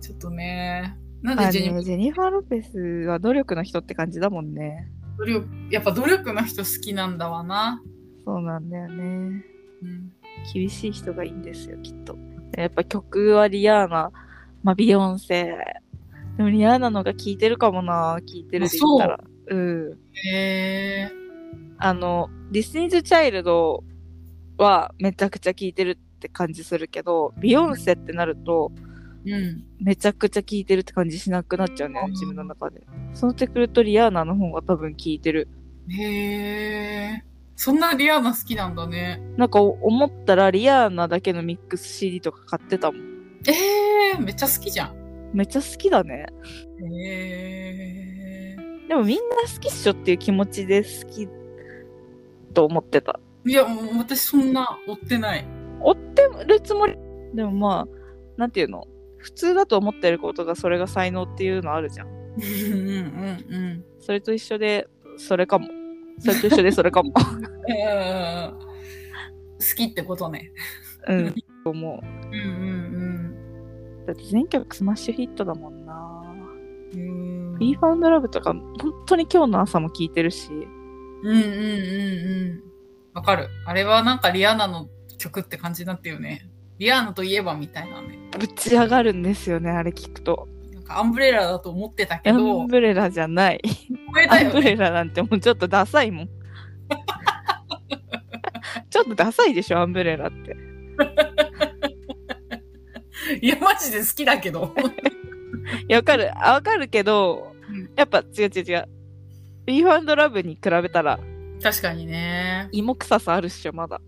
[SPEAKER 2] ちょっとね。なん
[SPEAKER 1] あ
[SPEAKER 2] で
[SPEAKER 1] の
[SPEAKER 2] ジェニファ
[SPEAKER 1] ジェニファ
[SPEAKER 2] ー
[SPEAKER 1] ー・ロペスは努力の人って感じだもんね。
[SPEAKER 2] 努力、やっぱ努力の人好きなんだわな。
[SPEAKER 1] そうなんだよね。
[SPEAKER 2] うん、
[SPEAKER 1] 厳しい人がいいんですよ、きっと。やっぱ曲はリアーナ、まあ、ビヨンセ。でもリアーナのが聴いてるかもな、聴いてるで言ったら。うん。
[SPEAKER 2] へえ
[SPEAKER 1] あの、ディスニーズ・チャイルドはめちゃくちゃ聴いてるって感じするけど、ビヨンセってなると、
[SPEAKER 2] うん。
[SPEAKER 1] めちゃくちゃ聴いてるって感じしなくなっちゃうんだよね、自分の中で。そうなってくるとリアーナの方が多分聴いてる。
[SPEAKER 2] へえ。そんなリアーナ好きなんだね。
[SPEAKER 1] なんか思ったらリアーナだけのミックス CD とか買ってたもん。
[SPEAKER 2] ええめっちゃ好きじゃん。
[SPEAKER 1] めっちゃ好きだね。
[SPEAKER 2] へえ。
[SPEAKER 1] でもみんな好きっしょっていう気持ちで好きと思ってた。
[SPEAKER 2] いや、もう私そんな追ってない。
[SPEAKER 1] 追ってるつもり。でもまあ、なんていうの普通だと思ってることがそれが才能っていうのあるじゃん。
[SPEAKER 2] うんうんうん
[SPEAKER 1] それと一緒で、それかも。それと一緒でそれか <laughs> も。
[SPEAKER 2] うんうん。好きってことね。
[SPEAKER 1] うん。と思
[SPEAKER 2] うんう
[SPEAKER 1] う。
[SPEAKER 2] ん
[SPEAKER 1] だって全曲スマッシュヒットだもんな。
[SPEAKER 2] うん。
[SPEAKER 1] We Found Love とか本当に今日の朝も聴いてるし。
[SPEAKER 2] うんうんうんうん。わかる。あれはなんかリアーナの曲って感じになってよね。リアーナといえばみたいなね。
[SPEAKER 1] ぶち上がるんですよね、あれ聞くと。
[SPEAKER 2] なんかアンブレラだと思ってたけ
[SPEAKER 1] ア
[SPEAKER 2] ど
[SPEAKER 1] ン、ブレラじゃない。
[SPEAKER 2] 超え
[SPEAKER 1] ア
[SPEAKER 2] た
[SPEAKER 1] ン
[SPEAKER 2] よ
[SPEAKER 1] ブレ
[SPEAKER 2] ね。
[SPEAKER 1] ラなんてもうちょっとダサいもん。ちょっとダサいでしょ、アンブレラって。
[SPEAKER 2] いや、マジで好きだけど。
[SPEAKER 1] いや、わかる。あわかるけど
[SPEAKER 2] うん、
[SPEAKER 1] やっぱ違う違う違う。ビーフラブに比べたら、
[SPEAKER 2] 確かにね。
[SPEAKER 1] 芋臭さあるっしょ、まだ。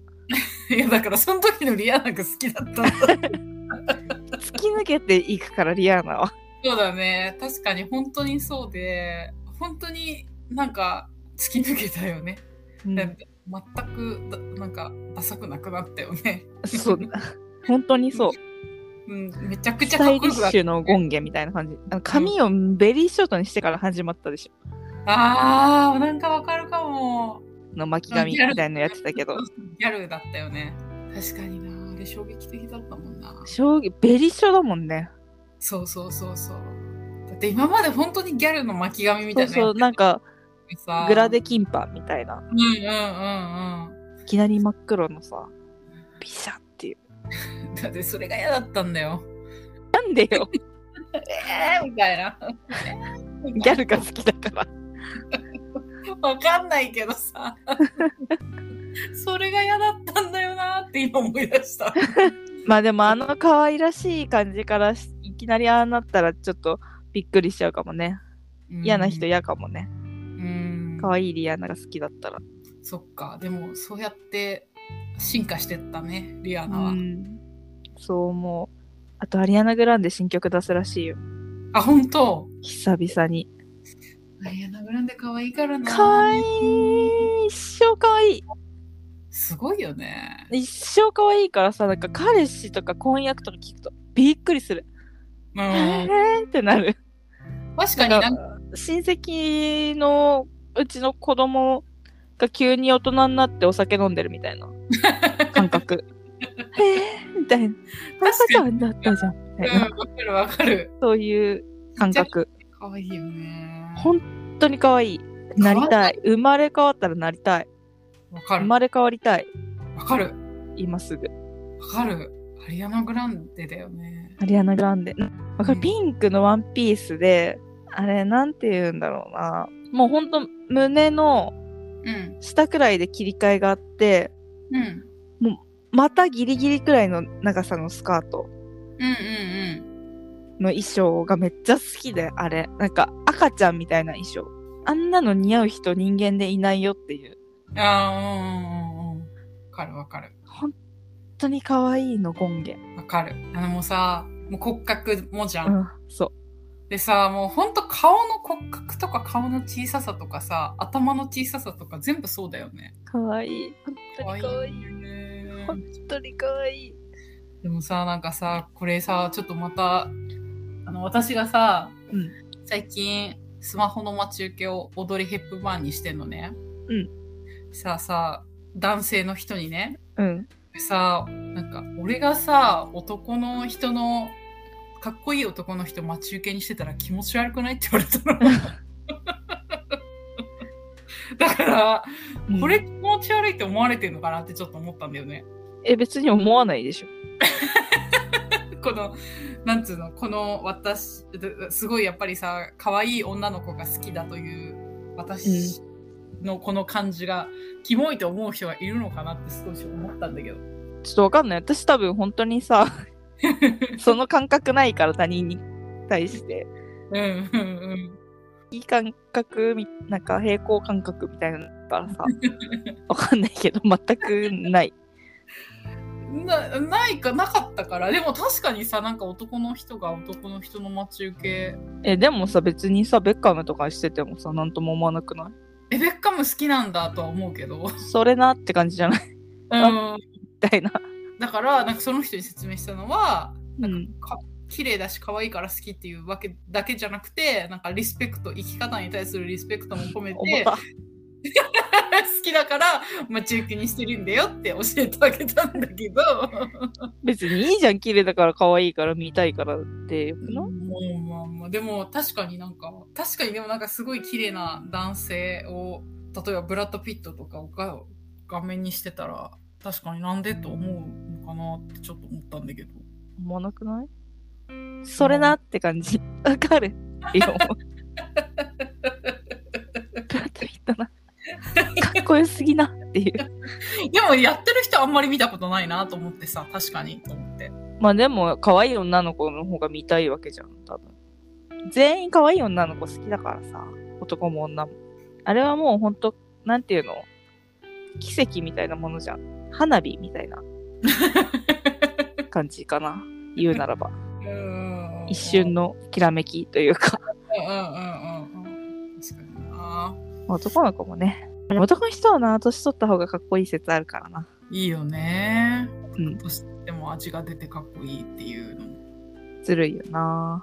[SPEAKER 2] いや、だからその時のリアーナが好きだったんだ。
[SPEAKER 1] 突き抜けていくから、リアーナは。
[SPEAKER 2] そうだね。確かに本当にそうで、本当になんか突き抜けたよね。
[SPEAKER 1] うん
[SPEAKER 2] だって全くだなんかダサくなくなったよね。
[SPEAKER 1] そう。本当にそう。
[SPEAKER 2] うん、めちゃくち
[SPEAKER 1] ス
[SPEAKER 2] ゃか
[SPEAKER 1] タ
[SPEAKER 2] っ
[SPEAKER 1] イ
[SPEAKER 2] こ
[SPEAKER 1] リ
[SPEAKER 2] よくな
[SPEAKER 1] ッ
[SPEAKER 2] っ
[SPEAKER 1] シュのゴンゲみたいな感じ。あの髪をベリーショートにしてから始まったでしょ。
[SPEAKER 2] あー、なんかわかるかも。
[SPEAKER 1] の巻き髪みたいなのやってたけど。
[SPEAKER 2] ギャルだったよね。確かにな。あれ衝撃的だったもんな。
[SPEAKER 1] 将棋、ベリーショーだもんね。
[SPEAKER 2] そうそうそうそう。だって今まで本当にギャルの巻き髪み
[SPEAKER 1] そ
[SPEAKER 2] た
[SPEAKER 1] う
[SPEAKER 2] いな
[SPEAKER 1] そう、なん
[SPEAKER 2] か
[SPEAKER 1] か、
[SPEAKER 2] さ
[SPEAKER 1] グラデキンパみたいな。
[SPEAKER 2] うんうんうんう
[SPEAKER 1] いきなり真っ黒のさ、ビシャっていう。
[SPEAKER 2] ん。だってそれが嫌だったんだよ。 <laughs>
[SPEAKER 1] なんで <laughs> よ、
[SPEAKER 2] えー、みたいな。
[SPEAKER 1] ギャルが好きだから。
[SPEAKER 2] わかんないけ
[SPEAKER 1] <laughs>
[SPEAKER 2] どさ。それが嫌だったんだよなって今思い出した。
[SPEAKER 1] まあでもあの可愛らしい感じからしいきなりああなったらちょっとびっくりしちゃうかもね。 <laughs> 嫌な人
[SPEAKER 2] や。
[SPEAKER 1] 嫌かもね。
[SPEAKER 2] うん。
[SPEAKER 1] 可愛いリアナが好きだったら。
[SPEAKER 2] そっか。でもそうやって進化してったね、リア
[SPEAKER 1] う
[SPEAKER 2] ナは。
[SPEAKER 1] ん。そう思う。あとアリアナ・グランデ新曲出すらしいよ。
[SPEAKER 2] あ、本当。
[SPEAKER 1] 久々に。
[SPEAKER 2] アリアナグランデ可愛いからな。
[SPEAKER 1] 可愛い一生可愛い
[SPEAKER 2] すごいよね。
[SPEAKER 1] 一生可愛いからさ、なんか彼氏とか婚約とか聞くとびっくりする。
[SPEAKER 2] う
[SPEAKER 1] え
[SPEAKER 2] ん。
[SPEAKER 1] ーってなる。
[SPEAKER 2] 確かになんか
[SPEAKER 1] 親戚のうちの子供が急に大人になってお酒飲んでるみたいな感
[SPEAKER 2] <laughs>
[SPEAKER 1] 覚。えー、みたいな。赤
[SPEAKER 2] 確
[SPEAKER 1] ち
[SPEAKER 2] か
[SPEAKER 1] ゃんだったじゃん。みたいな
[SPEAKER 2] うん、わかるわかる。
[SPEAKER 1] そういう感覚。
[SPEAKER 2] 可愛いよね。
[SPEAKER 1] 本当に可愛い。なりたい。生まれ変わったらなりたい。
[SPEAKER 2] わか
[SPEAKER 1] 生
[SPEAKER 2] る。
[SPEAKER 1] まれ変わりたい。
[SPEAKER 2] わかる。
[SPEAKER 1] 今すぐ。
[SPEAKER 2] わかる。アリアナグランデだよね。
[SPEAKER 1] アリアナ・グランデ。わか
[SPEAKER 2] う
[SPEAKER 1] る
[SPEAKER 2] ん
[SPEAKER 1] ピンクのワンピースで、あれ、なんて言うんだろうな。もう本当胸の
[SPEAKER 2] うん。
[SPEAKER 1] 下くらいで切り替えがあって、
[SPEAKER 2] うん。
[SPEAKER 1] またギリギリくらいの長さのスカート
[SPEAKER 2] うんうん
[SPEAKER 1] の衣装がめっちゃ好きで、あれ。なんか赤ちゃんみたいな衣装。あんなの似合う人人間でいないよっていう。
[SPEAKER 2] うん。ああ、うんうんうんうん。わかるわかる。
[SPEAKER 1] 本当に可愛いの、ゴンゲ。
[SPEAKER 2] わかる。あのもうさ、もう骨格もじゃ。
[SPEAKER 1] うんん、そ
[SPEAKER 2] でさ、もうほんと顔の骨格とか顔の小ささとかさ、頭の小ささとか全部そうだよね。
[SPEAKER 1] う。可愛い。本当に可愛い。
[SPEAKER 2] よね
[SPEAKER 1] 本当に可愛い。
[SPEAKER 2] でもさ、なんかさ、これさ、ちょっとまた、あの、私がさ、
[SPEAKER 1] うん
[SPEAKER 2] 最近、スマホの待ち受けを踊りヘップバーンにしてんのね。
[SPEAKER 1] うん
[SPEAKER 2] さあさ、男性の人にね、
[SPEAKER 1] うん。
[SPEAKER 2] さ、なんか、俺がさ、男の人の、かっこいい男の人待ち受けにしてたら気持ち悪くないって言われたの。
[SPEAKER 1] <laughs>
[SPEAKER 2] だから、これ気持ち悪いって思われてるのかなってちょっと思ったんだよね。
[SPEAKER 1] え、別に思わないでしょ。
[SPEAKER 2] この、なんつうの、この私、すごいやっぱりさ、可愛い女の子が好きだという私のこの感じが、キモいと思う人がいるのかなって少し思ったんだけど。
[SPEAKER 1] ちょっとわかんない。私多分本当にさ、 <laughs> その感覚ないから他人に対して。
[SPEAKER 2] うんうんうん。
[SPEAKER 1] いい感覚み、なんか平行感覚みたいなのだから <laughs> さ、わかんないけど、全くない。
[SPEAKER 2] なないかなかったからでも確かにさなんか男の人が男の人の待ち受け
[SPEAKER 1] え、でもさ、別にさ、ベッカムとかしててもさ、なんとも思わなくな
[SPEAKER 2] えベッカム好きなんだとは思うけど、
[SPEAKER 1] いそれなって感じじゃない <laughs>
[SPEAKER 2] うん、
[SPEAKER 1] みたいな。
[SPEAKER 2] だからなんかその人に説明したのは
[SPEAKER 1] うん。
[SPEAKER 2] 綺麗だし可愛いから好きっていうわけだけじゃなくてなんかリスペクト生き方に対するリスペクトも込め
[SPEAKER 1] 思って
[SPEAKER 2] <laughs>
[SPEAKER 1] た
[SPEAKER 2] 好。きだから待ち受けにしてるんだよって教えてあげたんだけど
[SPEAKER 1] 別にいいじゃん、綺麗だから、可愛いから、見たいからってよくな
[SPEAKER 2] も
[SPEAKER 1] いう
[SPEAKER 2] まあまあでも確かになんか確かにでもなんかすごい綺麗な男性を例えばブラッド・ピットとかをが画面にしてたら確かになんでと思うのかなってちょっと思ったんだけど
[SPEAKER 1] 思わなくないそれなって感じ。わかる <laughs> よ。プラッと言ったな。かっこよすぎなっていう。
[SPEAKER 2] でもやってる人あんまり見たことないなと思ってさ確かにと思って。
[SPEAKER 1] まあでも、可愛い女の子の方が見たいわけじゃん、多分。全員可愛い女の子好きだからさ、男も女も。あれはもうほんと、なんていうの奇跡みたいなものじゃん。花火みたいな感じかな。言うならば。
[SPEAKER 2] うん
[SPEAKER 1] 一瞬。のきらめきというか。
[SPEAKER 2] うんうんうんうん。確かにな。
[SPEAKER 1] 男の子もね。男の人はな、年取った方がかっこいい説あるからな。
[SPEAKER 2] いいよね。
[SPEAKER 1] うん
[SPEAKER 2] 年でも味が出てかっこいいっていうのも
[SPEAKER 1] ずるいよな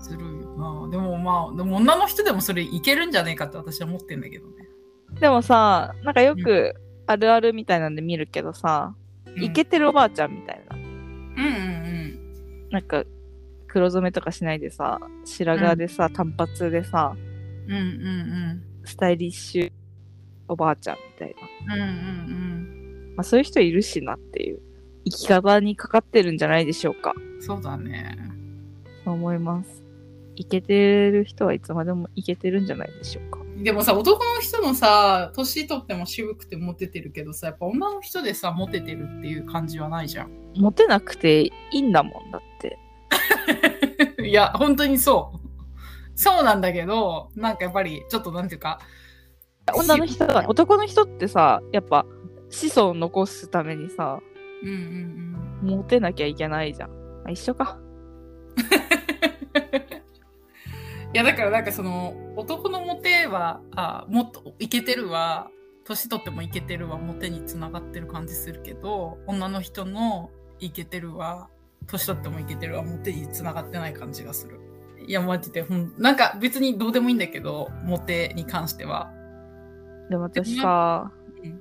[SPEAKER 2] ずるいよな。でもまあ、でも女の人でもそれいけるんじゃねえかって私は思ってんだけどね。
[SPEAKER 1] でもさなんかよくあるあるみたいなんで見るけどさ
[SPEAKER 2] うん
[SPEAKER 1] イケてるおばあちゃんみたいな
[SPEAKER 2] うんうん
[SPEAKER 1] なんか黒染めとかしないでさ白髪でさ短髪でさ
[SPEAKER 2] うん。うんうん
[SPEAKER 1] スタイリッシュおばあちゃんみたいな、
[SPEAKER 2] うん。うんうん
[SPEAKER 1] まあ、そういう人いるしなっていう生き方にかかってるんじゃないでしょうか
[SPEAKER 2] うん。そうだね。
[SPEAKER 1] と思いますイケてる人はいつまでもイケてるんじゃないでしょうか
[SPEAKER 2] でもさ、男の人のさ、年取っても渋くてモテてるけどさ、やっぱ女の人でさ、モテてるっていう感じはないじゃん。
[SPEAKER 1] モテなくていいんだもんだって
[SPEAKER 2] いや、本当にそう。そうなんだけど、なんかやっぱり、ちょっとなんていうか、
[SPEAKER 1] 女の人は男の人ってさやっぱ子孫を残すためにさ
[SPEAKER 2] うんうんうん。
[SPEAKER 1] モテなきゃいけないじゃんあ一緒か
[SPEAKER 2] いや、だからなんかその、男のモテは、あもっといけてるは、年取ってもいけてるはモテにつながってる感じするけど、女の人のいけてるは、年取ってもいけてるはモテにつながってない感じがする。いや、マジで、ほん、なんか別にどうでもいいんだけど、モテに関しては。
[SPEAKER 1] でも私さ
[SPEAKER 2] うん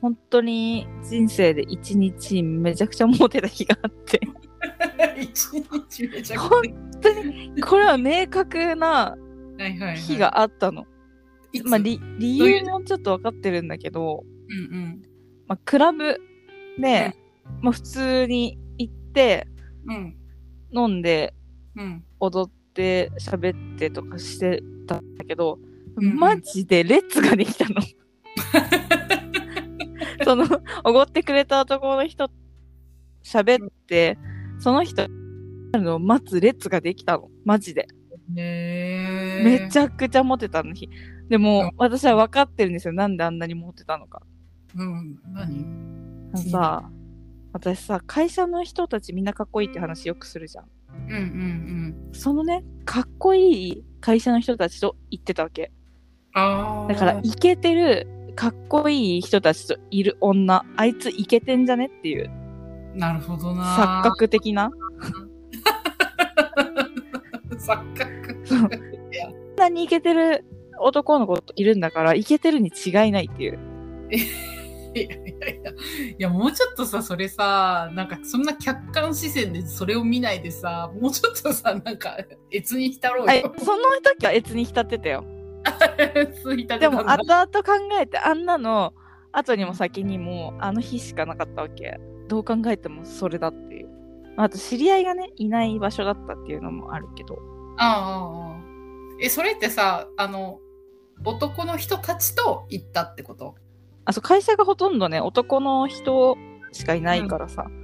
[SPEAKER 1] 本当に人生で一日めちゃくちゃモテた日があって
[SPEAKER 2] <laughs> 一日めちゃく
[SPEAKER 1] 本当にこれは明確な
[SPEAKER 2] ちゃ。はいはい、はい。
[SPEAKER 1] 日。があったの、
[SPEAKER 2] いつ
[SPEAKER 1] まあ、理理由もちょっと分かってるんだけど、
[SPEAKER 2] うんうん。
[SPEAKER 1] まあ、クラブで、まあ、普通に行って
[SPEAKER 2] うん。
[SPEAKER 1] 飲んで
[SPEAKER 2] うん。
[SPEAKER 1] 踊って喋ってとかしてたんだけど、
[SPEAKER 2] うん
[SPEAKER 1] マジで列ができたの。
[SPEAKER 2] <laughs>
[SPEAKER 1] そのおごってくれた男の人喋ってその人なるのを待つ列ができたのマジで
[SPEAKER 2] ねえ。
[SPEAKER 1] めち
[SPEAKER 2] ゃ。
[SPEAKER 1] ゃくちゃモテたの日で
[SPEAKER 2] うん
[SPEAKER 1] も私は分かってるんですよなんであんなにモテたのか
[SPEAKER 2] うん。何
[SPEAKER 1] あのさ私さ会社の人たちみんなかっこいいって話よくするじゃん
[SPEAKER 2] うんうんうん。
[SPEAKER 1] そのねかっこいい会社の人たちと行ってたわけ
[SPEAKER 2] ああ。
[SPEAKER 1] だから、イケてる、かっこいい人たちといる女、あいつイケてんじゃねっていう、
[SPEAKER 2] なるほどな。
[SPEAKER 1] 錯。覚的
[SPEAKER 2] <laughs>
[SPEAKER 1] な。
[SPEAKER 2] 錯覚。
[SPEAKER 1] そうこんなにイケてる男の子いるんだから、イケてるに違いないっていう。
[SPEAKER 2] いやいやいや。いや、もうちょっとさ、それさ、なんか、そんな客観視線でそれを見ないでさ、もうちょっとさ、なんか、越に浸ろ <laughs>
[SPEAKER 1] あ
[SPEAKER 2] う
[SPEAKER 1] い
[SPEAKER 2] よ。
[SPEAKER 1] その時は越に浸ってたよ。
[SPEAKER 2] 越に浸って
[SPEAKER 1] で
[SPEAKER 2] たん
[SPEAKER 1] も、
[SPEAKER 2] だ
[SPEAKER 1] 後々考えて、あんなの、後にも先にも、あの日しかなかったわけ。どう考えてもそれだっていう。まああと、知り合いがね、いない場所だったっていうのもあるけど。
[SPEAKER 2] ああああああ。え、それってさ、あの、男の人たちと行ったってこと
[SPEAKER 1] あ、そう、会社がほとんどね、男の人しかいないからさ、
[SPEAKER 2] うんうん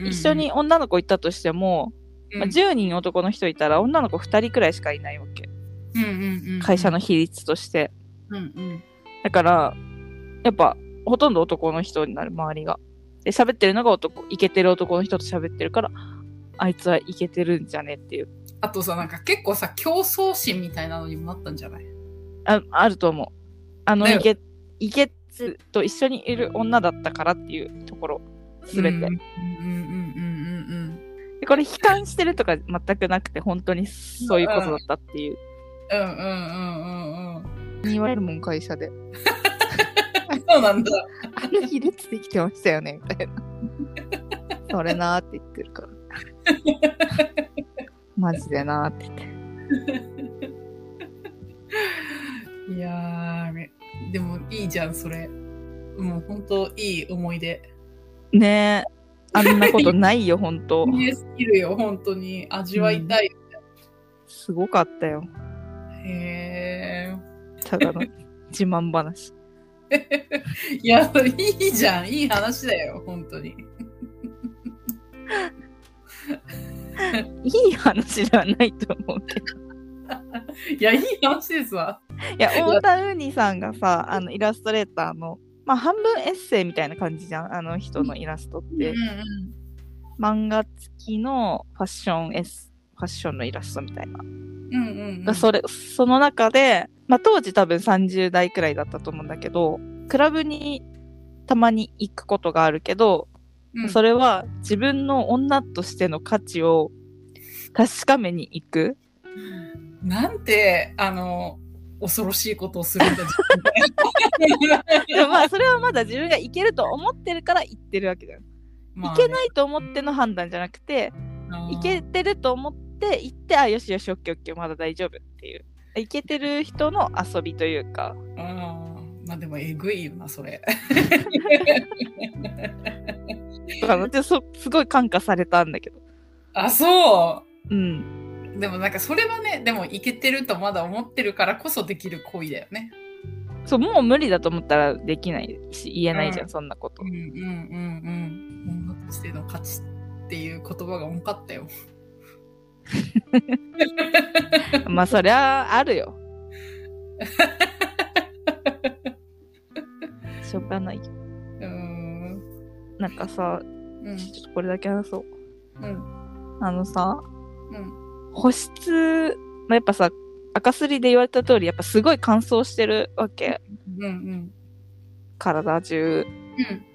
[SPEAKER 2] うん
[SPEAKER 1] 一緒、に女の子行ったとしても、
[SPEAKER 2] うん
[SPEAKER 1] まあ、10人男の人いたら女の子2人くらいしかいないわけ
[SPEAKER 2] うんうんうん
[SPEAKER 1] 会社の比率として
[SPEAKER 2] うんうん
[SPEAKER 1] だからやっぱほとんど男の人になる周りがで喋ってるのが男イケてる男の人と喋ってるからあいつはイケてるんじゃねっていう
[SPEAKER 2] あとさなんか結構さ競争心みたいなのにもなったんじゃない
[SPEAKER 1] ああると思うあの
[SPEAKER 2] だよ
[SPEAKER 1] イケイケつと一緒にいる女だったからっていうところ全
[SPEAKER 2] うん
[SPEAKER 1] て、
[SPEAKER 2] うんうんうんうん
[SPEAKER 1] でこれ悲観してるとか全くなくて本当にそういうことだったっていう
[SPEAKER 2] うんうんうんうんうん
[SPEAKER 1] 言われるもん会社で
[SPEAKER 2] うんそうなんだ
[SPEAKER 1] あの日列できてましたよねみたいな。それなーって言ってるから。マジでなーって言って。
[SPEAKER 2] <laughs> いやーめでもいいじゃんそれもう本当いい思い出
[SPEAKER 1] ねえ。あんなことないよ、ほんと。
[SPEAKER 2] 思い出すぎるよ本当に味わいたい、
[SPEAKER 1] すごかったよ。
[SPEAKER 2] へ
[SPEAKER 1] ただの自慢話。
[SPEAKER 2] え <laughs> いやいいじゃんいい話だよ本当に
[SPEAKER 1] いい話ではないと思うけど。
[SPEAKER 2] いやいい話ですわ
[SPEAKER 1] いや、太田ウニさんがさ、あの、イラストレーターの、まあ、半分エッセイみたいな感じじゃん、あの人のイラストっ
[SPEAKER 2] うんう
[SPEAKER 1] て。
[SPEAKER 2] ん
[SPEAKER 1] 漫画付きのファッションエッセイ、ファッションのイラストみたいな。
[SPEAKER 2] うんうんうん
[SPEAKER 1] がそれその中で、まあ、当時多分30代くらいだったと思うんだけどクラブにたまに行くことがあるけど、
[SPEAKER 2] うん
[SPEAKER 1] それは自分の女としての価値を確かめに行
[SPEAKER 2] <laughs>
[SPEAKER 1] く
[SPEAKER 2] なんて、あの、恐ろしいことをするんだ、自
[SPEAKER 1] でも
[SPEAKER 2] 分で
[SPEAKER 1] まあそれはまだ自分が行けると思ってるから行ってるわけだよ、
[SPEAKER 2] まあ
[SPEAKER 1] 行
[SPEAKER 2] ね
[SPEAKER 1] けないと思っての判断じゃなくて行けてると思って行ってあよしよしオッケーオッケーまだ大丈夫っていう行けてる人の遊びという
[SPEAKER 2] <laughs>
[SPEAKER 1] か
[SPEAKER 2] うんまあでもえぐいよなそれ <laughs>
[SPEAKER 1] とかのでそすごい感化されたんだけど
[SPEAKER 2] あそ
[SPEAKER 1] うん
[SPEAKER 2] うでもなんかそれはねでもいけてるとまだ思ってるからこそできる行為だよね
[SPEAKER 1] そうもう無理だと思ったらできないし言えないじゃん、
[SPEAKER 2] うん
[SPEAKER 1] そんなこと
[SPEAKER 2] うんうんうんうん女としての価値っていう言葉が重かったよ
[SPEAKER 1] まあそりゃある
[SPEAKER 2] <laughs>
[SPEAKER 1] よしょうがないよ
[SPEAKER 2] うん
[SPEAKER 1] なんかさ
[SPEAKER 2] うん
[SPEAKER 1] ちょっとこれだけ話そう
[SPEAKER 2] うん
[SPEAKER 1] あのさ
[SPEAKER 2] うん
[SPEAKER 1] 保湿まあやっぱさ赤すりで言われた通りやっぱすごい乾燥してるわけ
[SPEAKER 2] うんうん
[SPEAKER 1] 体中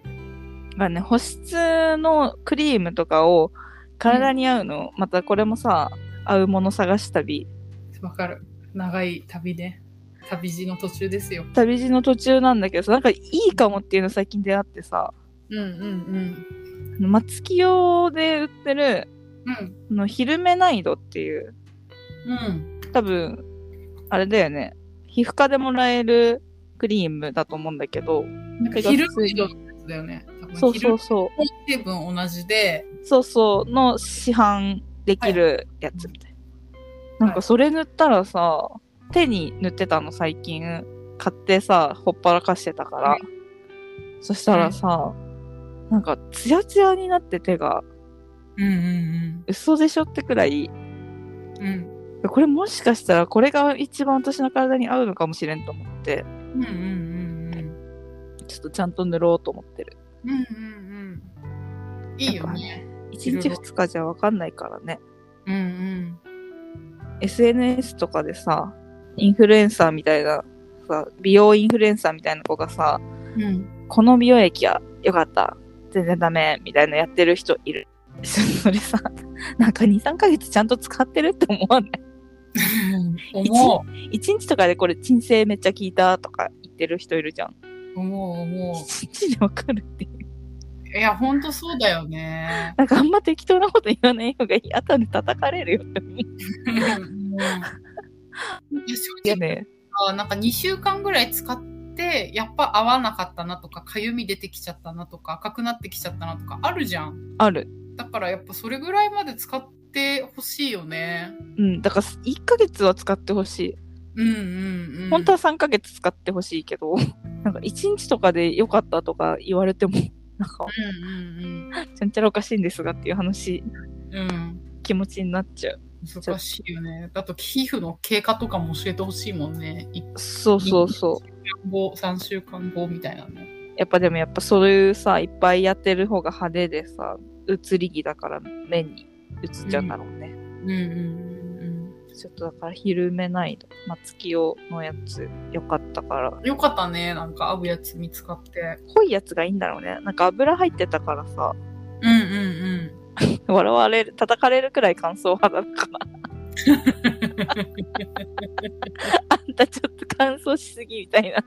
[SPEAKER 2] うん
[SPEAKER 1] がね保湿のクリームとかを体に合うの、またこれもさ合うもの探し旅
[SPEAKER 2] わかる長い旅ね旅路の途中ですよ
[SPEAKER 1] 旅路の途中なんだけどさなんかいいかもっていうの最近出会ってさ
[SPEAKER 2] うんうん
[SPEAKER 1] あの松木用で売ってる
[SPEAKER 2] うんうん
[SPEAKER 1] あの昼メナイドっていう
[SPEAKER 2] うん
[SPEAKER 1] 多分あれだよね皮膚科でもらえるクリームだと思うんだけど
[SPEAKER 2] なんか昼の色のやつだよね多分
[SPEAKER 1] そう
[SPEAKER 2] 昼
[SPEAKER 1] そうそう
[SPEAKER 2] 成分同じで、
[SPEAKER 1] そうそう、の市販できるやつみたいな。
[SPEAKER 2] はい
[SPEAKER 1] なんかそれ塗ったらさ、手に塗ってたの最近、買ってさ、ほっぱらかしてたから。
[SPEAKER 2] はい
[SPEAKER 1] そしたらさ、なんかツヤツヤになって手が、
[SPEAKER 2] うんうん
[SPEAKER 1] 嘘でしょってくらい、
[SPEAKER 2] うんうん
[SPEAKER 1] これもしかしたらこれが一番私の体に合うのかもしれんと思って、
[SPEAKER 2] うんうんうん
[SPEAKER 1] ちょっとちゃんと塗ろうと思ってる。
[SPEAKER 2] うんうんうんいいよね。
[SPEAKER 1] 1
[SPEAKER 2] い
[SPEAKER 1] 日
[SPEAKER 2] ろいろ
[SPEAKER 1] 2日じゃわかんないからね。
[SPEAKER 2] うん
[SPEAKER 1] SNS とかでさ、インフルエンサーみたいな、さ、美容インフルエンサーみたいな子がさ、
[SPEAKER 2] うんうん
[SPEAKER 1] この美容液は良かった、全然ダメ、みたいなやってる人いる。 <laughs> それさ、なんか2、3ヶ月ちゃんと使ってるって思わない。
[SPEAKER 2] <laughs> 思
[SPEAKER 1] 1日とかでこれ鎮静めっちゃ効いたとか言ってる人いるじゃん。
[SPEAKER 2] う思う思
[SPEAKER 1] 1日でわかるっていう。
[SPEAKER 2] ういやほんとそうだよね
[SPEAKER 1] なんかあんま適当なこと言わない方がいい。後で叩かれるよって思う。
[SPEAKER 2] うんうんいや
[SPEAKER 1] い
[SPEAKER 2] 正
[SPEAKER 1] や
[SPEAKER 2] 直
[SPEAKER 1] ね。
[SPEAKER 2] あなんか2週間ぐらい使ってやっぱ合わなかったなとかかゆみ出てきちゃったなとか赤くなってきちゃったなとかあるじゃん
[SPEAKER 1] ある。
[SPEAKER 2] だからやっぱそれぐらいまで使ってほしいよね
[SPEAKER 1] うん。だから1ヶ月は使ってほしい。
[SPEAKER 2] うんうんうん
[SPEAKER 1] 本当は3ヶ月使ってほしいけど、なんか1日とかで良かったとか言われて <laughs> も、なんか、
[SPEAKER 2] うんうんうん
[SPEAKER 1] ちゃんちゃらおかしいんですがっていう話、
[SPEAKER 2] うん、
[SPEAKER 1] 気持ちになっちゃう。
[SPEAKER 2] 難しいよね。あと皮膚の経過とかも教えてほしいもんね。1
[SPEAKER 1] そうそうそう。
[SPEAKER 2] 週間後、3週間後みたいなね。
[SPEAKER 1] やっぱでもやっぱそういうさ、いっぱいやってる方が派手でさ、移り気だから目に移っちゃうんだろうね。
[SPEAKER 2] うんうんうん
[SPEAKER 1] ちょっとだから昼めないと。松木用のやつ良かったから。
[SPEAKER 2] うん。よかったね、なんか合うやつ見つかって。
[SPEAKER 1] 濃いやつがいいんだろうね。なんか油入ってたからさ、
[SPEAKER 2] うんうん
[SPEAKER 1] 笑われる、叩かれるくらい乾燥肌だ
[SPEAKER 2] <laughs>
[SPEAKER 1] から。あんたちょっと乾燥しすぎみたいな。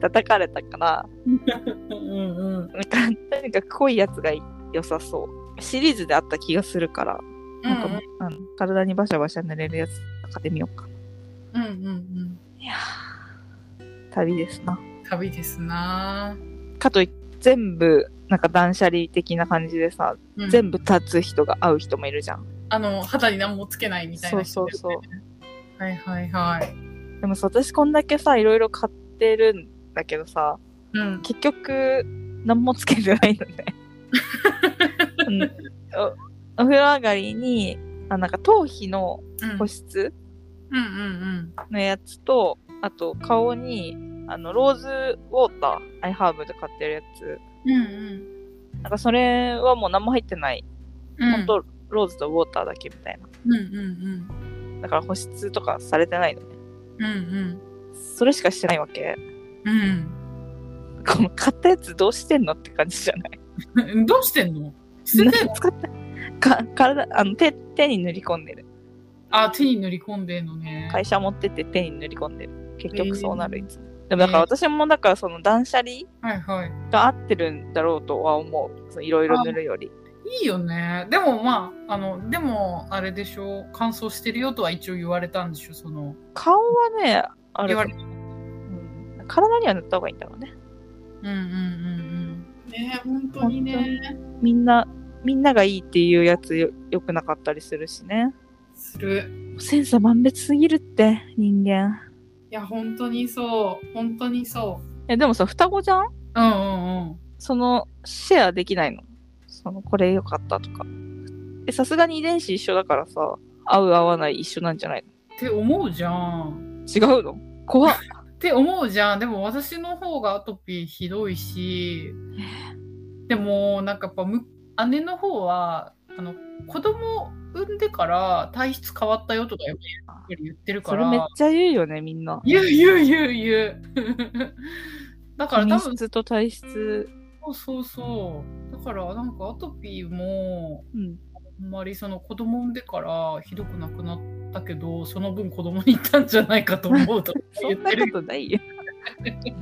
[SPEAKER 1] 叩かれたから、
[SPEAKER 2] うん。うんうん。
[SPEAKER 1] なんか、とにかく濃いやつが良さそう。シリーズであった気がするから、なんか、あの体にバシャバシャ塗れるやつとかでみようかな。
[SPEAKER 2] うんうんうん。
[SPEAKER 1] いやー旅ですな。
[SPEAKER 2] 旅ですなぁ、
[SPEAKER 1] かといって全部、なんか断捨離的な感じでさ、
[SPEAKER 2] うん
[SPEAKER 1] 全部立つ人が合う人もいるじゃん。
[SPEAKER 2] あの、肌に何もつけないみたいな、
[SPEAKER 1] そうそうそう。
[SPEAKER 2] はいはいはい。
[SPEAKER 1] でもさ、私こんだけさ、いろいろ買ってるんだけどさ、
[SPEAKER 2] うん。
[SPEAKER 1] 結局、何もつけてない
[SPEAKER 2] <laughs>
[SPEAKER 1] のね。うん、おお風呂上がりに、あなんか頭皮の
[SPEAKER 2] うん
[SPEAKER 1] 保湿
[SPEAKER 2] うんうん
[SPEAKER 1] のやつと、あと顔に、あの、ローズウォーター、アイハーブで買ってるやつ。
[SPEAKER 2] うん。うんうん。
[SPEAKER 1] なんかそれはもう何も入ってない。
[SPEAKER 2] うん
[SPEAKER 1] ほんと、ローズとウォーターだけみたいな。
[SPEAKER 2] うんうん
[SPEAKER 1] だから保湿とかされてないのね。
[SPEAKER 2] うん。うん
[SPEAKER 1] それしかしてないわけ。
[SPEAKER 2] うん。うん。
[SPEAKER 1] この買ったやつどうしてんのって感じじゃない
[SPEAKER 2] えどうしてんの捨ててんの
[SPEAKER 1] 使って、か体あの手手に塗り込んでる
[SPEAKER 2] あ、手に塗り込んでんのね。
[SPEAKER 1] 会社持ってって手に塗り込んでる結局そうなるいつも、でもだから私もだからその断捨離
[SPEAKER 2] はいはい。
[SPEAKER 1] が合ってるんだろうとは思ういろいろ塗るより
[SPEAKER 2] いいよね。でもまあ、あの、でも、あれでしょう、乾燥してるよとは一応言われたんでしょ、その。
[SPEAKER 1] 顔はねあれ
[SPEAKER 2] 言われた。
[SPEAKER 1] うん、体には塗った方がいいんだろうね
[SPEAKER 2] うんうんうんうん。ね本当にね。
[SPEAKER 1] みんなみんながいいっていうやつよよくなかったりするしね
[SPEAKER 2] する。
[SPEAKER 1] センサー万別すぎるって人間
[SPEAKER 2] いや、本当にそう。本当にそう。
[SPEAKER 1] いやでもさ双子じゃん
[SPEAKER 2] うんうんうん。
[SPEAKER 1] そのシェアできないのそのこれ良かったとかえさすがに遺伝子一緒だからさ合う合わない一緒なんじゃない
[SPEAKER 2] って思うじゃん。
[SPEAKER 1] の違うの怖っ
[SPEAKER 2] って思うじゃん。でも私の方がアトピーひどいし、でもなんかやっぱむ姉の方は、あの、子供産んでから体質変わったよとかやっぱり言ってるか
[SPEAKER 1] そ
[SPEAKER 2] ら。
[SPEAKER 1] れめっちゃ言うよねみんな
[SPEAKER 2] 言う言う言う言う。 <laughs> だから多
[SPEAKER 1] 品
[SPEAKER 2] 分
[SPEAKER 1] 質と体質
[SPEAKER 2] そうそうそう。だからなんかアトピーも
[SPEAKER 1] うん
[SPEAKER 2] あんまりその子供産んでからひどくなくなったけどその分子供に行ったんじゃないかと思うと
[SPEAKER 1] そ
[SPEAKER 2] 言っ
[SPEAKER 1] んな
[SPEAKER 2] てる
[SPEAKER 1] ことない
[SPEAKER 2] <laughs>
[SPEAKER 1] よ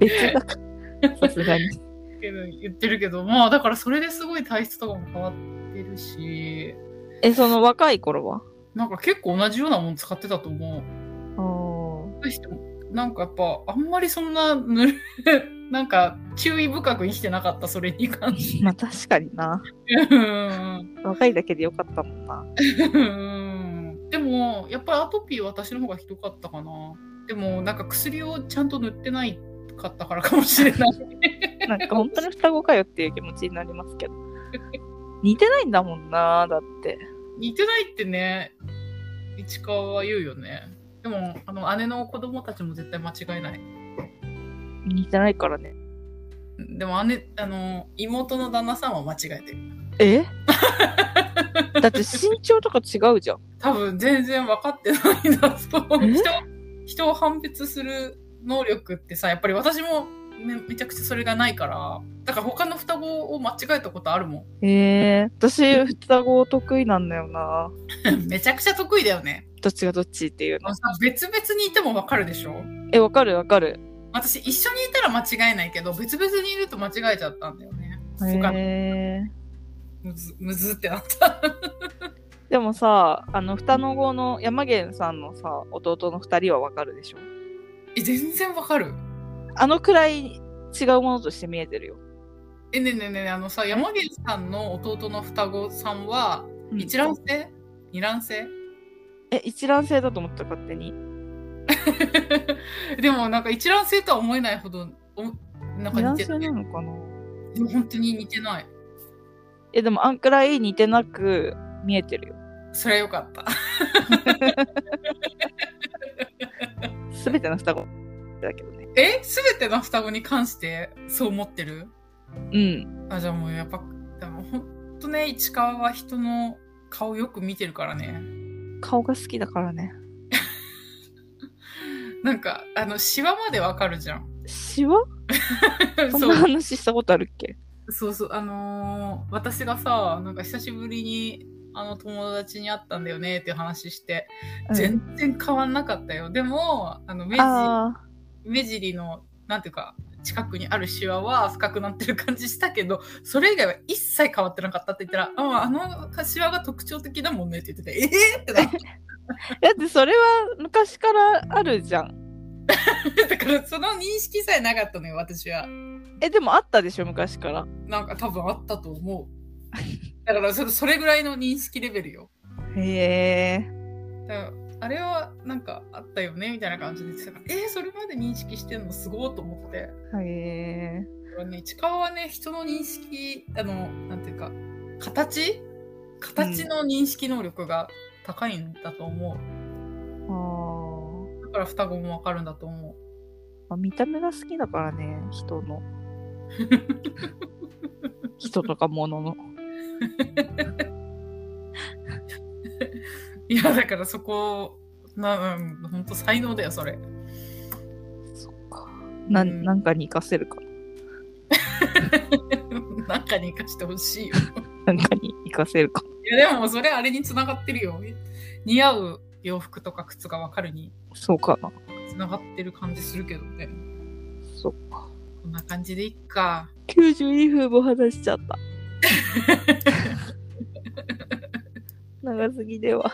[SPEAKER 1] 別だからさすがに
[SPEAKER 2] けど言ってるけどまあだからそれですごい体質とかも変わってるし
[SPEAKER 1] えその若い頃は
[SPEAKER 2] なんか結構同じようなもの使ってたと思う。
[SPEAKER 1] あ
[SPEAKER 2] 対してもなんかやっぱあんまりそんなぬる <laughs> なんか注意深く生きてなかったそれに関し
[SPEAKER 1] ーまあ確かにな
[SPEAKER 2] て。うん
[SPEAKER 1] 若いだけでよかったもんな
[SPEAKER 2] うんでもやっぱりアトピー私の方がひどかったかなでもなんか薬をちゃんと塗ってないかったからかもしれない <laughs>
[SPEAKER 1] なんか本当に双子かよっていう気持ちになりますけど似てないんだもんなだって
[SPEAKER 2] 似てないってね市川は言うよねでもあの姉の子供たちも絶対間違いない
[SPEAKER 1] 似てないからね
[SPEAKER 2] でも姉あの妹の旦那さんは間違えてる
[SPEAKER 1] え <laughs> だって身長とか違うじゃん。
[SPEAKER 2] 多分全然分かってないんだと思う
[SPEAKER 1] え
[SPEAKER 2] 人人を判別する能力ってさやっぱり私もめめちゃくちゃそれがないからだから他の双子を間違えたことあるもん <laughs>
[SPEAKER 1] ええ私、双子得意なんだよな。
[SPEAKER 2] めちゃくちゃ得意だよね。
[SPEAKER 1] どっちがどっちっていう
[SPEAKER 2] あ
[SPEAKER 1] の。
[SPEAKER 2] のさ別々にいてもわかるでしょ
[SPEAKER 1] え、わかるわかる。
[SPEAKER 2] 私一緒にいたら間違えないけど別々にいると間違えちゃったんだよね。そっか
[SPEAKER 1] ええ
[SPEAKER 2] むずむずってなった。 <laughs>
[SPEAKER 1] でもさ、あの、双の子の山源さんのさ、弟の二人はわかるでしょ。
[SPEAKER 2] え全然わかる。
[SPEAKER 1] あのくらい違うものとして見えてるよ。
[SPEAKER 2] えねえねえねえねえあのさ山源さんの弟の双子さんは
[SPEAKER 1] うん
[SPEAKER 2] 一卵性二卵性 <laughs>
[SPEAKER 1] え、一卵性だと思った勝手に。
[SPEAKER 2] でもなんか一卵性とは思えないほどおなん
[SPEAKER 1] 二
[SPEAKER 2] か似
[SPEAKER 1] 卵
[SPEAKER 2] て
[SPEAKER 1] 性
[SPEAKER 2] る
[SPEAKER 1] なのかな
[SPEAKER 2] でも本当に似てない。
[SPEAKER 1] え、でもあんくらい似てなく見えてるよ。
[SPEAKER 2] それはよかった。 <laughs>
[SPEAKER 1] すべての双子だけどね。
[SPEAKER 2] えすべての双子に関してそう思ってる
[SPEAKER 1] うん。
[SPEAKER 2] あじゃあもうやっぱでもほんとね市川は人の顔よく見てるからね
[SPEAKER 1] 顔が好きだからね。
[SPEAKER 2] なんかあのシワまでわかるじゃん
[SPEAKER 1] シワ <laughs> そん
[SPEAKER 2] そ
[SPEAKER 1] な
[SPEAKER 2] う
[SPEAKER 1] 話したことあるっけ
[SPEAKER 2] そうそうあのー私がさなんか久しぶりにあの友達に会ったんだよねっていう話して、
[SPEAKER 1] うん
[SPEAKER 2] 全然変わんなかったよでもあの目尻
[SPEAKER 1] ああ
[SPEAKER 2] 目尻のなんていうか近くにあるシワは深くなってる感じしたけどそれ以外は一切変わってなかったって言ったら「ああのシワが特徴的だもんね」って言ってて「えー!」ってな
[SPEAKER 1] <laughs>
[SPEAKER 2] って
[SPEAKER 1] だってそれは昔からあるじゃん
[SPEAKER 2] だからその認識さえなかったのよ私は
[SPEAKER 1] えでもあったでしょ昔から
[SPEAKER 2] なんか多分あったと思うだからそれそれぐらいの認識レベルよ
[SPEAKER 1] へえ
[SPEAKER 2] だからあれはなんかあったよねみたいな感じで言ってたからえー、それまで認識してんのすごいと思って
[SPEAKER 1] へえ
[SPEAKER 2] だからね市川はね人の認識あのなんていうか形形の認識能力が高いんだと思う、
[SPEAKER 1] あー
[SPEAKER 2] だから双子もわかるんだと思う
[SPEAKER 1] まあ見た目が好きだからね人
[SPEAKER 2] <laughs>
[SPEAKER 1] の人とか物の
[SPEAKER 2] いやだからそこなうん本当才能だよそれ <laughs>
[SPEAKER 1] そっかな,、、
[SPEAKER 2] うんん
[SPEAKER 1] なんかに活かせるか
[SPEAKER 2] なんかに生かしてほしいよ
[SPEAKER 1] なんかに活かせるか
[SPEAKER 2] いやでもそれあれに繋がってるよ。似合う洋服とか靴がわかるに
[SPEAKER 1] そうかな。
[SPEAKER 2] 繋がってる感じするけどね。
[SPEAKER 1] そっか。
[SPEAKER 2] こんな感じでいっか。
[SPEAKER 1] 92分も話し
[SPEAKER 2] <laughs>
[SPEAKER 1] ちゃった。長すぎでは。